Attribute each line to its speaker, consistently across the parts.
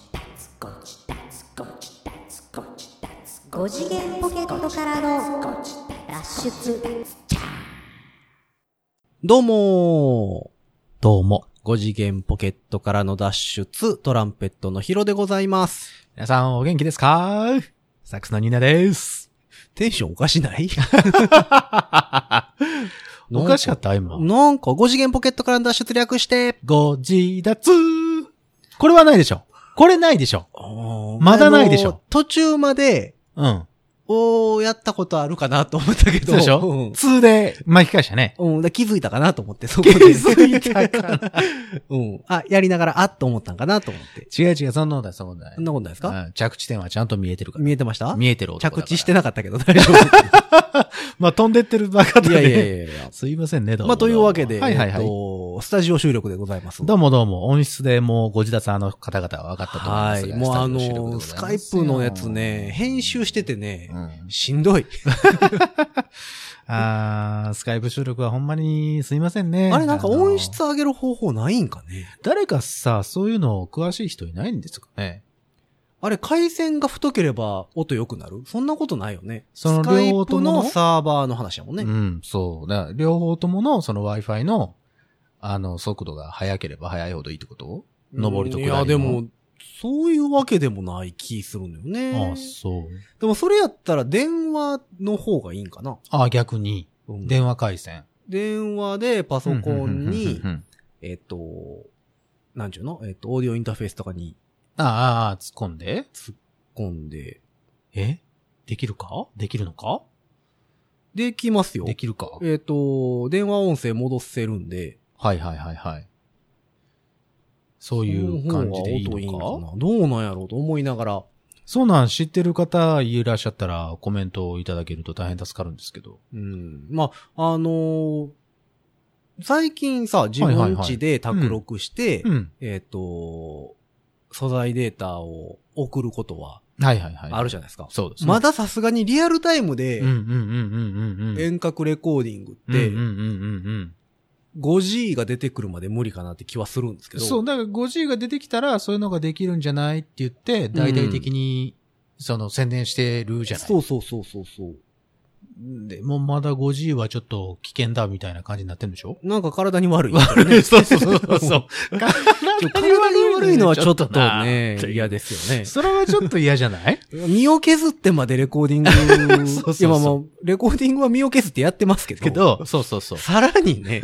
Speaker 1: ゴチダツゴチダツゴチダツ5次元ポケットからの脱出
Speaker 2: どうも
Speaker 3: どうも。
Speaker 2: ー !5 次元ポケットからの脱出、トランペットのヒロでございます。
Speaker 3: 皆さんお元気ですかサックスのニーナです。
Speaker 2: テンションおかしない
Speaker 3: おかしかった今。
Speaker 2: なんか5次元ポケットからの脱出略して、
Speaker 3: ご自立これはないでしょ。これないでしょ。 まだないでしょ
Speaker 2: あの。途中まで、
Speaker 3: うん。
Speaker 2: おー、やったことあるかなと思ったけど。
Speaker 3: そうでしょ ?2 で巻き返したね。
Speaker 2: うん。うん、だ気づいたかなと思って、そこ
Speaker 3: 気
Speaker 2: で。
Speaker 3: づいたか な
Speaker 2: うん。 あ、やりながら、あっと思ったんかなと思って。
Speaker 3: 違う違う、そんなことない、そんなこ
Speaker 2: そ
Speaker 3: と
Speaker 2: んなことないですか、
Speaker 3: ない。うん着地点はちゃんと見えてるから。
Speaker 2: 見えてました
Speaker 3: 見えてる男だから
Speaker 2: 着地してなかったけど大丈 夫。
Speaker 3: まあ、飛んでってるバカだね。
Speaker 2: いやいや。
Speaker 3: すいませんね、どうも。
Speaker 2: まあ、というわけで、
Speaker 3: はいはい
Speaker 2: え
Speaker 3: は
Speaker 2: っ
Speaker 3: い。
Speaker 2: と、スタジオ収録でございます。
Speaker 3: どうもどうも、音質でもうご自立あの方々は分かったと思いま
Speaker 2: は
Speaker 3: す
Speaker 2: い。
Speaker 3: が。
Speaker 2: もうあ
Speaker 3: スタジオ収録でご
Speaker 2: の、ス
Speaker 3: ざいます
Speaker 2: カイプのやつね、編集しててね
Speaker 3: う、ん
Speaker 2: しんどい。
Speaker 3: あー、スカイプ収録はほんまにすいませんね。
Speaker 2: あれなんか
Speaker 3: の
Speaker 2: 音質上げる方法ないんかね。
Speaker 3: 誰かさ、そういうの詳しい人いないんですかね
Speaker 2: あれ回線が太ければ音良くなるそんなことないよね。
Speaker 3: その
Speaker 2: スカイ
Speaker 3: 両方
Speaker 2: プ
Speaker 3: とも
Speaker 2: の
Speaker 3: の
Speaker 2: サーバーの話やもんね。
Speaker 3: うん、そう。だから両方ともの、その Wi-Fi の、あの、速度が速ければ速いほどいいってこと上りと下りの
Speaker 2: いや、でも、そういうわけでもない気するんだよ
Speaker 3: あ
Speaker 2: ね
Speaker 3: あ、。そう。
Speaker 2: でもそれやったら電話の方がいいんかな。
Speaker 3: ああ、逆に、
Speaker 2: うん
Speaker 3: 電話回線。
Speaker 2: 電話でパソコンに
Speaker 3: うんう、んうんうんうん
Speaker 2: えっと、なんちゅうのえっと、オーディオインターフェースとかに
Speaker 3: ああああ、突っ込んで。
Speaker 2: 込んで、
Speaker 3: えできるかできるのか
Speaker 2: できますよ。
Speaker 3: できるか。
Speaker 2: えっと、電話音声戻せるんで、
Speaker 3: はいはいはいはい。そ
Speaker 2: そう
Speaker 3: いう感じでいい
Speaker 2: の方が
Speaker 3: のか
Speaker 2: 音いいんかなどうなんやろうと思いながら、
Speaker 3: そうなん知ってる方いらっしゃったらコメントをいただけると大変助かるんですけど。
Speaker 2: うん。まあ、あのー最近さ、自分家で卓録して、
Speaker 3: うん。
Speaker 2: えっ、と、素材データを送ることは
Speaker 3: はいはいはい。
Speaker 2: ある
Speaker 3: じ
Speaker 2: じゃないですか。
Speaker 3: そうですね。
Speaker 2: まださすがにリアルタイム
Speaker 3: うんう
Speaker 2: で
Speaker 3: んうんうんうんうん。
Speaker 2: 遠隔レコーディング
Speaker 3: う
Speaker 2: っ
Speaker 3: んうん
Speaker 2: て
Speaker 3: うんうん
Speaker 2: 5G が出てくるまで無理かなって気はするんです
Speaker 3: う
Speaker 2: け
Speaker 3: ん。
Speaker 2: ど。
Speaker 3: そう、だから 5G が出てきたらそういうのができるんじゃないって言って、大々的に、その宣伝してるじゃない。
Speaker 2: そうそうそうそうそう。
Speaker 3: でもまだ 5G はちょっと危険だみたいな感じになってるんでしょ
Speaker 2: なんか体に悪い。
Speaker 3: そうそうそうそう。
Speaker 2: ちょ体に悪いのはちょっとね、
Speaker 3: ちょっとな
Speaker 2: 嫌ですよね。
Speaker 3: それはちょっと嫌じ ゃない
Speaker 2: 身を削ってまでレコーディング、
Speaker 3: そうそうそう
Speaker 2: いやまあまあレコーディングは身を削ってやってますけど、
Speaker 3: けど、そうそうそう。
Speaker 2: さらに ね、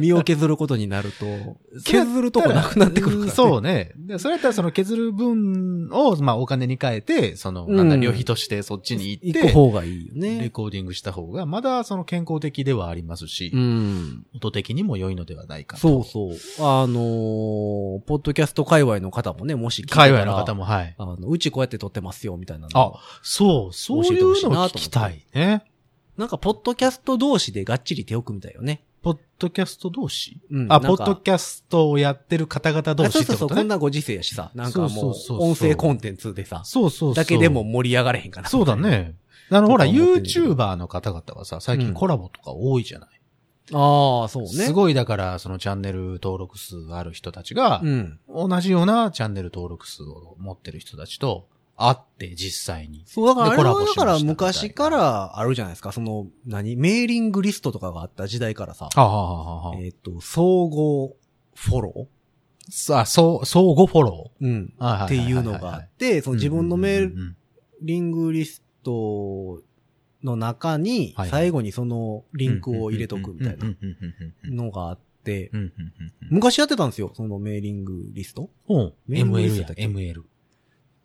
Speaker 2: 身を削ることになると、削るとこなくなってくるから、ね。
Speaker 3: そうね。で、それやったらその削る分を、まあお金に変えて、その、
Speaker 2: うん
Speaker 3: なんだ、旅費としてそっちに行
Speaker 2: 行
Speaker 3: っ
Speaker 2: く
Speaker 3: て、
Speaker 2: 方がいいよ
Speaker 3: レ
Speaker 2: ね。
Speaker 3: コーディングした方が、まだその健康的ではありますし、
Speaker 2: うん。
Speaker 3: 音的にも良いのではないかと。
Speaker 2: そうそう。あのーポッドキャスト界隈の方もね、もし聞いてたら
Speaker 3: 海外の方も、はい。
Speaker 2: あの、うちこうやって撮ってますよ、みたいなの。
Speaker 3: あ、そう、そういう
Speaker 2: 教えてほしいなと
Speaker 3: の
Speaker 2: 思
Speaker 3: を
Speaker 2: って
Speaker 3: 聞きたいね。
Speaker 2: なんか、ポッドキャスト同士でがっちり手を組みたいよね。
Speaker 3: ポッドキャスト同士
Speaker 2: うん。な
Speaker 3: あ、
Speaker 2: ん
Speaker 3: ポ
Speaker 2: か
Speaker 3: ッドキャストをやってる方々同
Speaker 2: あそう
Speaker 3: 士っ
Speaker 2: そ
Speaker 3: て
Speaker 2: うそ
Speaker 3: こ
Speaker 2: う、
Speaker 3: と
Speaker 2: こん
Speaker 3: ね。
Speaker 2: なご時世やしさ、なんかも
Speaker 3: そううそうそう、そう
Speaker 2: 音声コンテンツでさ、
Speaker 3: そうそうそう。
Speaker 2: だけでも、盛り上がれへんかな。
Speaker 3: そうだ。ね。あの、ほら、
Speaker 2: とか思ってるけど
Speaker 3: YouTuber の方々はさ、最近コラボとか多いじゃない
Speaker 2: ああ、そうね。
Speaker 3: すごいだから、そのチャンネル登録数ある人たちが
Speaker 2: う、ん。
Speaker 3: 同じようなチャンネル登録数を持ってる人たちと会って実際に。
Speaker 2: そう、だから、あれ
Speaker 3: でコラ
Speaker 2: は
Speaker 3: ボ
Speaker 2: だ
Speaker 3: しました
Speaker 2: から昔からあるじゃないですか、その、何メーリングリストとかがあった時代からさ、
Speaker 3: ああ、あ
Speaker 2: えっと、総合フォロ
Speaker 3: あ、そう、相互フォロ
Speaker 2: ーうん。
Speaker 3: ー。はいは
Speaker 2: っていうのがあって、その自分のメー
Speaker 3: ル。
Speaker 2: リングリストの中に
Speaker 3: は、いはい
Speaker 2: 最後にそのリンクを入れとくみたい
Speaker 3: うん
Speaker 2: な
Speaker 3: うんうんうん
Speaker 2: のがあって、
Speaker 3: うんうんうんうん
Speaker 2: 昔やってたんですよ、そのメーリングリスト。
Speaker 3: うん
Speaker 2: メールリス
Speaker 3: ML
Speaker 2: ト
Speaker 3: や
Speaker 2: だっ、け
Speaker 3: ML。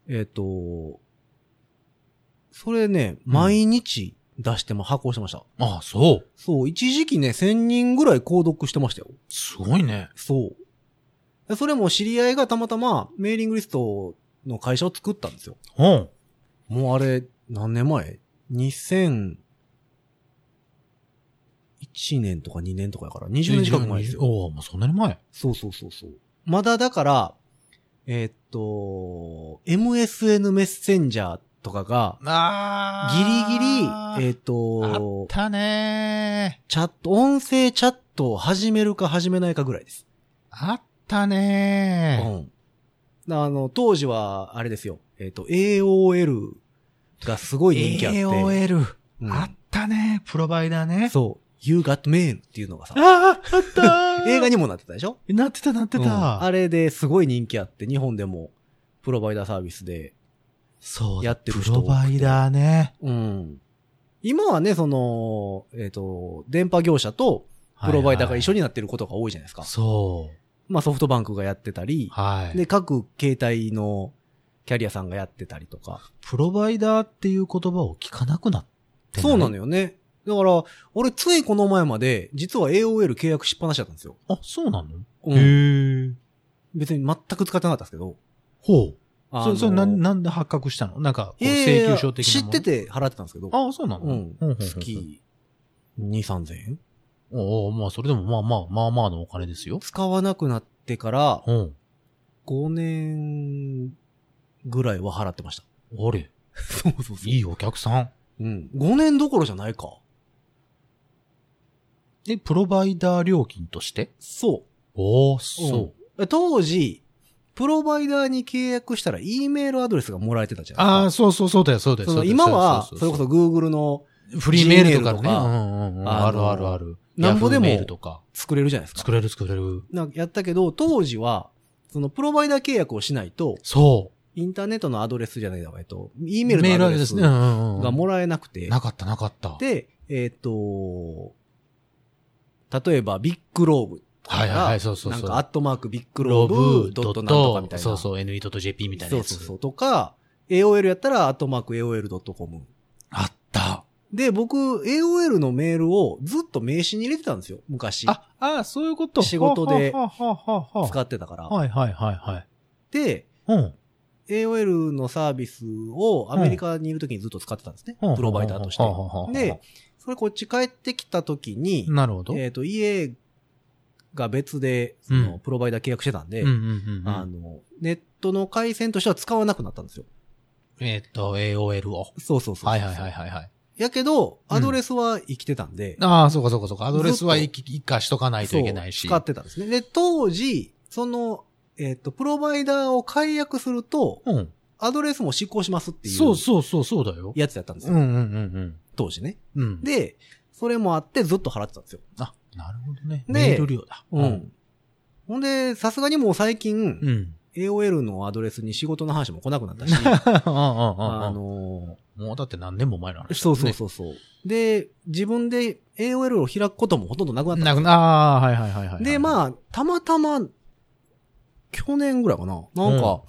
Speaker 2: えっ、と、それね、
Speaker 3: うん
Speaker 2: 毎日出しても発行してました。
Speaker 3: ああ、そう。
Speaker 2: そう、一時期ね、1000人ぐらい購読してましたよ。
Speaker 3: すごいね。
Speaker 2: そうで。それも知り合いがたまたまメーリングリストの会社を作ったんですよ。
Speaker 3: うん。
Speaker 2: もうあれ、何年前 ?2001 年とか2年とかやから、20年近く前ですよ。
Speaker 3: おお、もうそんなに前。
Speaker 2: そうそうそうそう。まだだから、えーっと、MSN メッセンジャーとかが、ギ
Speaker 3: あ
Speaker 2: リギリ、えーっ、
Speaker 3: あっ
Speaker 2: と、
Speaker 3: たねー。
Speaker 2: チャット、音声チャットを始めるか始めないかぐらいです。
Speaker 3: あったね
Speaker 2: う
Speaker 3: ー。
Speaker 2: ん。あの、当時は、あれですよ。えっ、と、AOL がすごい人気あって。
Speaker 3: AOL。
Speaker 2: うん
Speaker 3: あったね。プロバイダーね。
Speaker 2: そう。You got mail っていうのがさ、
Speaker 3: ああ、あった ー
Speaker 2: 映画にもなってたでしょ
Speaker 3: なってた、なってた。
Speaker 2: うんあれですごい人気あって、日本でもプロバイダーサービスで。
Speaker 3: そうだ
Speaker 2: やってる人
Speaker 3: プロバイダーね。
Speaker 2: うん。今はね、その、えっ、と、電波業者とプロバイダーが一緒
Speaker 3: に。
Speaker 2: になってることが多いじゃないですか。
Speaker 3: そう。
Speaker 2: まあソフトバンクがやってたり、
Speaker 3: はい。
Speaker 2: で、各携帯のキャリアさんがやってたりとか。
Speaker 3: プロバイダーっていう言葉を聞かなくなって
Speaker 2: そうなの
Speaker 3: よ。
Speaker 2: よね。だから、俺ついこの前まで、実は AOL 契約しっぱなしだったんですよ。
Speaker 3: あ、そうなの、
Speaker 2: うん。
Speaker 3: へえ。
Speaker 2: 別に全く使ってなかったんですけど。
Speaker 3: ほう。
Speaker 2: あの
Speaker 3: それ、それなん、なんで発覚したのなんか、こう
Speaker 2: いやいやい
Speaker 3: 請
Speaker 2: や
Speaker 3: 求書的なもの
Speaker 2: 知って。て払ってたんですけど。
Speaker 3: あ、そうなの
Speaker 2: うん。
Speaker 3: ほほほ
Speaker 2: 月2、3000円
Speaker 3: おうおうまあ、それでもまあまあ、まあまあのお金ですよ。
Speaker 2: 使わなくなってから、
Speaker 3: うん。
Speaker 2: 5年ぐらいは払ってました。
Speaker 3: あれ、
Speaker 2: そうそう
Speaker 3: いいお客さん。
Speaker 2: うん。5年どころじゃないか。
Speaker 3: え、プロバイダー料金として
Speaker 2: そ
Speaker 3: おー、
Speaker 2: う。
Speaker 3: そう。
Speaker 2: うん。当時、プロバイダーに契約したら E メールアドレスがもらえてたじゃ
Speaker 3: あ
Speaker 2: ない
Speaker 3: あ、
Speaker 2: ですか。
Speaker 3: そうそう、そうだよ、そうだよ。
Speaker 2: そ
Speaker 3: そう
Speaker 2: の
Speaker 3: だよ
Speaker 2: 今は、
Speaker 3: う
Speaker 2: それこ
Speaker 3: う
Speaker 2: そ Google の
Speaker 3: うフリーメールとか
Speaker 2: Gmail と
Speaker 3: ね。う
Speaker 2: か
Speaker 3: んうんうん。
Speaker 2: あの
Speaker 3: あるあるある。
Speaker 2: なんぼでも
Speaker 3: Yahoo メールとか。
Speaker 2: 作れるじゃないですか。
Speaker 3: 作れる作れる。
Speaker 2: なんかやったけど、当時は、そのプロバイダー契約をしないと、
Speaker 3: そ
Speaker 2: インターネットのアドレスじゃないだえっと、E
Speaker 3: う。
Speaker 2: メールのアドレ
Speaker 3: で
Speaker 2: ス
Speaker 3: すね。うんうんうん。
Speaker 2: がもらえなくて、
Speaker 3: なかったなかった。
Speaker 2: で、えっ、と、例えばビッグローブとか
Speaker 3: はいはいはい、そうそう
Speaker 2: な
Speaker 3: そ
Speaker 2: ん
Speaker 3: う。
Speaker 2: かアットマークビッグロ
Speaker 3: ロ
Speaker 2: ー
Speaker 3: ブ
Speaker 2: ブ、ドッ
Speaker 3: ド
Speaker 2: ト
Speaker 3: ット
Speaker 2: なんとかみたいな。
Speaker 3: そうそう、NE.jp みたいな
Speaker 2: そう
Speaker 3: やつ。
Speaker 2: そうそう。とか、AOL やったらアットマーク AOL.com。
Speaker 3: あった。
Speaker 2: で、僕、AOL のメールをずっと名刺に入れてたんですよ、昔。
Speaker 3: あ、あそういうこと。
Speaker 2: 仕事で
Speaker 3: ははははは
Speaker 2: 使ってたから。
Speaker 3: はいはいはいはい。
Speaker 2: で、
Speaker 3: うん。
Speaker 2: AOL のサービスをアメリカにいる時にずっと使ってたんですね。プロバイダーとして
Speaker 3: は。ははは
Speaker 2: で、、それこっち帰ってきた時に、
Speaker 3: なるほど。
Speaker 2: えっ、と、家が別で、その、プロバイダー契約してたんで、
Speaker 3: うんうんうんう
Speaker 2: あ
Speaker 3: ん。
Speaker 2: の、ネットの回線としては使わなくなったんですよ。
Speaker 3: えっと、AOL を。
Speaker 2: そうそうそう。
Speaker 3: はいはいはいはいはい。
Speaker 2: やけど、
Speaker 3: うん
Speaker 2: アドレスは生きてたんで、
Speaker 3: ああ、そうかそうかそうか。アドレスは
Speaker 2: ずっ
Speaker 3: 一気一回しとかないといけない
Speaker 2: そう
Speaker 3: し。
Speaker 2: 使ってたんですね。で、当時、その、えっ、と、プロバイダーを解約すると、
Speaker 3: うん。
Speaker 2: アドレスも執行しますってい
Speaker 3: そううそうそう、そうだよ。
Speaker 2: やつだったんです
Speaker 3: う
Speaker 2: よ。
Speaker 3: んうんうん
Speaker 2: 当時ね。
Speaker 3: うん。うん。、
Speaker 2: で、それもあってずっと払ってたんですよ。
Speaker 3: あ、なるほどね。
Speaker 2: で
Speaker 3: メール量だ。。。
Speaker 2: ほんで、さすがにもう最近、
Speaker 3: うん。
Speaker 2: AOL のアドレスに仕事の話も来なくなっ たし、
Speaker 3: ああ、ああ、
Speaker 2: あ
Speaker 3: あの、
Speaker 2: の
Speaker 3: もうだって何年も前の話だもん
Speaker 2: ー、
Speaker 3: ね。
Speaker 2: そうそうそうそう、で、自分で AOL を開くこともほとんどなくなったんです
Speaker 3: な
Speaker 2: よ
Speaker 3: くな、ああ、はいはいはいはい。
Speaker 2: で、
Speaker 3: あ、
Speaker 2: まあ、たまたま、去年ぐらいかな。なんか、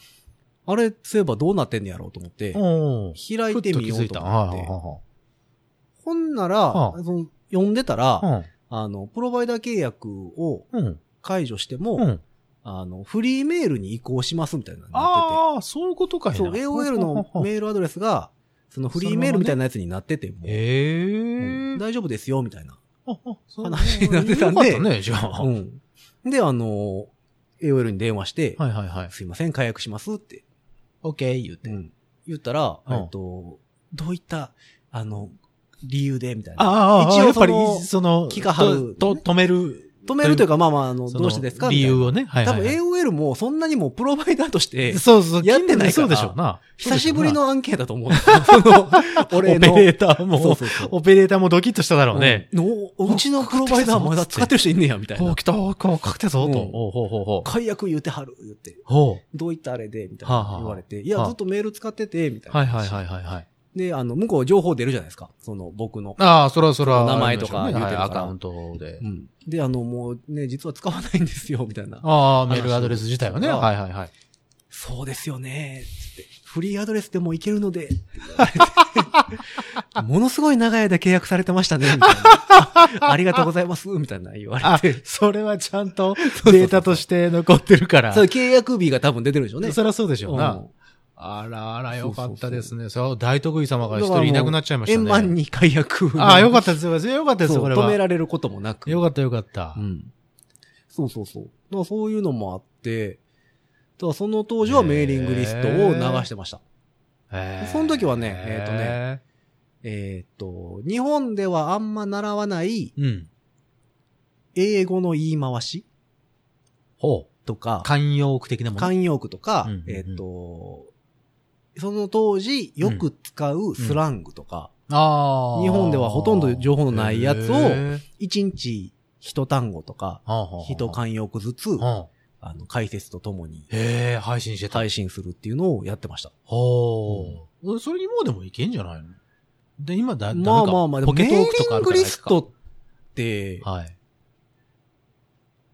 Speaker 2: あれ、そういえばどうなってんねやろうと思って、
Speaker 3: おー
Speaker 2: 開いてみようと思って。ほんなら、
Speaker 3: はあ
Speaker 2: その読んでたら、
Speaker 3: はい
Speaker 2: あの、プロバイダー契約を
Speaker 3: うん。うん。
Speaker 2: 解除しても、
Speaker 3: うん。
Speaker 2: あの、フリーメールに移行しますみたいなのになっ
Speaker 3: ああ、そういうことか
Speaker 2: てて。
Speaker 3: い
Speaker 2: そう、
Speaker 3: な。
Speaker 2: AOL のメールアドレスが、そのフリーメールみたいなやつになってて、もう
Speaker 3: ええ
Speaker 2: うん大丈夫ですよ、みたいな。話
Speaker 3: 話
Speaker 2: になってたんで
Speaker 3: よかったね、じゃあ。
Speaker 2: う
Speaker 3: はい
Speaker 2: ん。で、あの、AOL に電話して、
Speaker 3: はいはい。
Speaker 2: すいません、解約しますって。
Speaker 3: オッケー言う
Speaker 2: う
Speaker 3: て。
Speaker 2: ん、言ったら、
Speaker 3: うん
Speaker 2: えっと、どういった、あの、理由で、みたいな。
Speaker 3: ああ、
Speaker 2: 一応
Speaker 3: やっぱり
Speaker 2: その、
Speaker 3: その、
Speaker 2: 気が張る
Speaker 3: と、と止める。
Speaker 2: 止めるというか、まあまあ、あの、
Speaker 3: その
Speaker 2: どうしてですか
Speaker 3: 理
Speaker 2: みたい
Speaker 3: 由
Speaker 2: な。
Speaker 3: をね。はい
Speaker 2: 多
Speaker 3: はい
Speaker 2: 分
Speaker 3: はい。
Speaker 2: AOL もそんなにもうプロバイダーとして、
Speaker 3: そうそう、
Speaker 2: やってないから
Speaker 3: そうでしょうな。
Speaker 2: 久しぶり
Speaker 3: オ
Speaker 2: の案件だと 思うんですよ。その、俺
Speaker 3: ペ
Speaker 2: の。
Speaker 3: レーター
Speaker 2: そう
Speaker 3: も、
Speaker 2: そうそう
Speaker 3: オペレーターもドキッとしただろうね。
Speaker 2: うんのおうちのプロバイダーもまだ使ってる人いんねや、みたい
Speaker 3: ほう、
Speaker 2: な。
Speaker 3: 来た、ほう、来たぞ、
Speaker 2: う
Speaker 3: と。
Speaker 2: ん
Speaker 3: ほうほうほうほう。
Speaker 2: 解約言うてはる、言って。
Speaker 3: ほ
Speaker 2: どういったあれで、みたいな
Speaker 3: はあはあ
Speaker 2: 言われて。い
Speaker 3: は
Speaker 2: や、
Speaker 3: あ。
Speaker 2: ずっとメール使ってて、みたいうな。
Speaker 3: はいはいはいはいはい。
Speaker 2: で、あの、向こう情報出るじゃないですか。その、僕の。
Speaker 3: ああ、そらそら。
Speaker 2: 名前とか言うてるから
Speaker 3: はいアカウントで
Speaker 2: う。ん。で、あの、もうね、実は使わないんですよ、みたいな。
Speaker 3: ああ、メールアドレス自体はね。
Speaker 2: 話を
Speaker 3: はいはいはい。
Speaker 2: そうですよね。つって。フリーアドレスでもいけるので。 ものすごい長い間契約されてましたね。みたいなありがとうございます。みたいな言わ
Speaker 3: あ
Speaker 2: れて。、
Speaker 3: それはちゃん と
Speaker 2: う
Speaker 3: データとして残ってるから。
Speaker 2: そう、契約日が多分出てるでしょうね。
Speaker 3: そりゃそうでしょう
Speaker 2: う。
Speaker 3: なんあらあら、よかったですね。そう、大得意様が一人いなくなっちゃいましたね。
Speaker 2: 円満に解約。
Speaker 3: ああ、よか
Speaker 2: っ
Speaker 3: ったですよ。よかっ
Speaker 2: た
Speaker 3: たですよ、これは。
Speaker 2: 止められることもなく。
Speaker 3: よかったよかった。
Speaker 2: うん。そうそうそう。だからそういうのもあって、だからその当時はメーリングリストを流してました。
Speaker 3: へえ
Speaker 2: その時はねえっとね。えーっと、日本ではあんま習わない
Speaker 3: うん。
Speaker 2: 英語の言い回し
Speaker 3: ほう。
Speaker 2: とか、
Speaker 3: 慣用句的なもの。
Speaker 2: 慣用句とか
Speaker 3: うんうんう、ん
Speaker 2: えっと、その当時よく使うスラングとか、
Speaker 3: あー
Speaker 2: 日本ではほとんど情報のないやつを
Speaker 3: へー
Speaker 2: 一日一単語とか、
Speaker 3: はあはあはあ
Speaker 2: 一慣用句ずつ、
Speaker 3: うん
Speaker 2: あの、解説とともに
Speaker 3: へえ、配信してた。
Speaker 2: 配信するっていうのをやってました。
Speaker 3: ほう、それにもうでもいけんじゃないので、今だ、ダメか
Speaker 2: まあまあまあ、でも
Speaker 3: ポケ
Speaker 2: メ
Speaker 3: トークとかあ
Speaker 2: ー
Speaker 3: る
Speaker 2: リングリ
Speaker 3: からいい
Speaker 2: ス
Speaker 3: か
Speaker 2: トって、
Speaker 3: はい。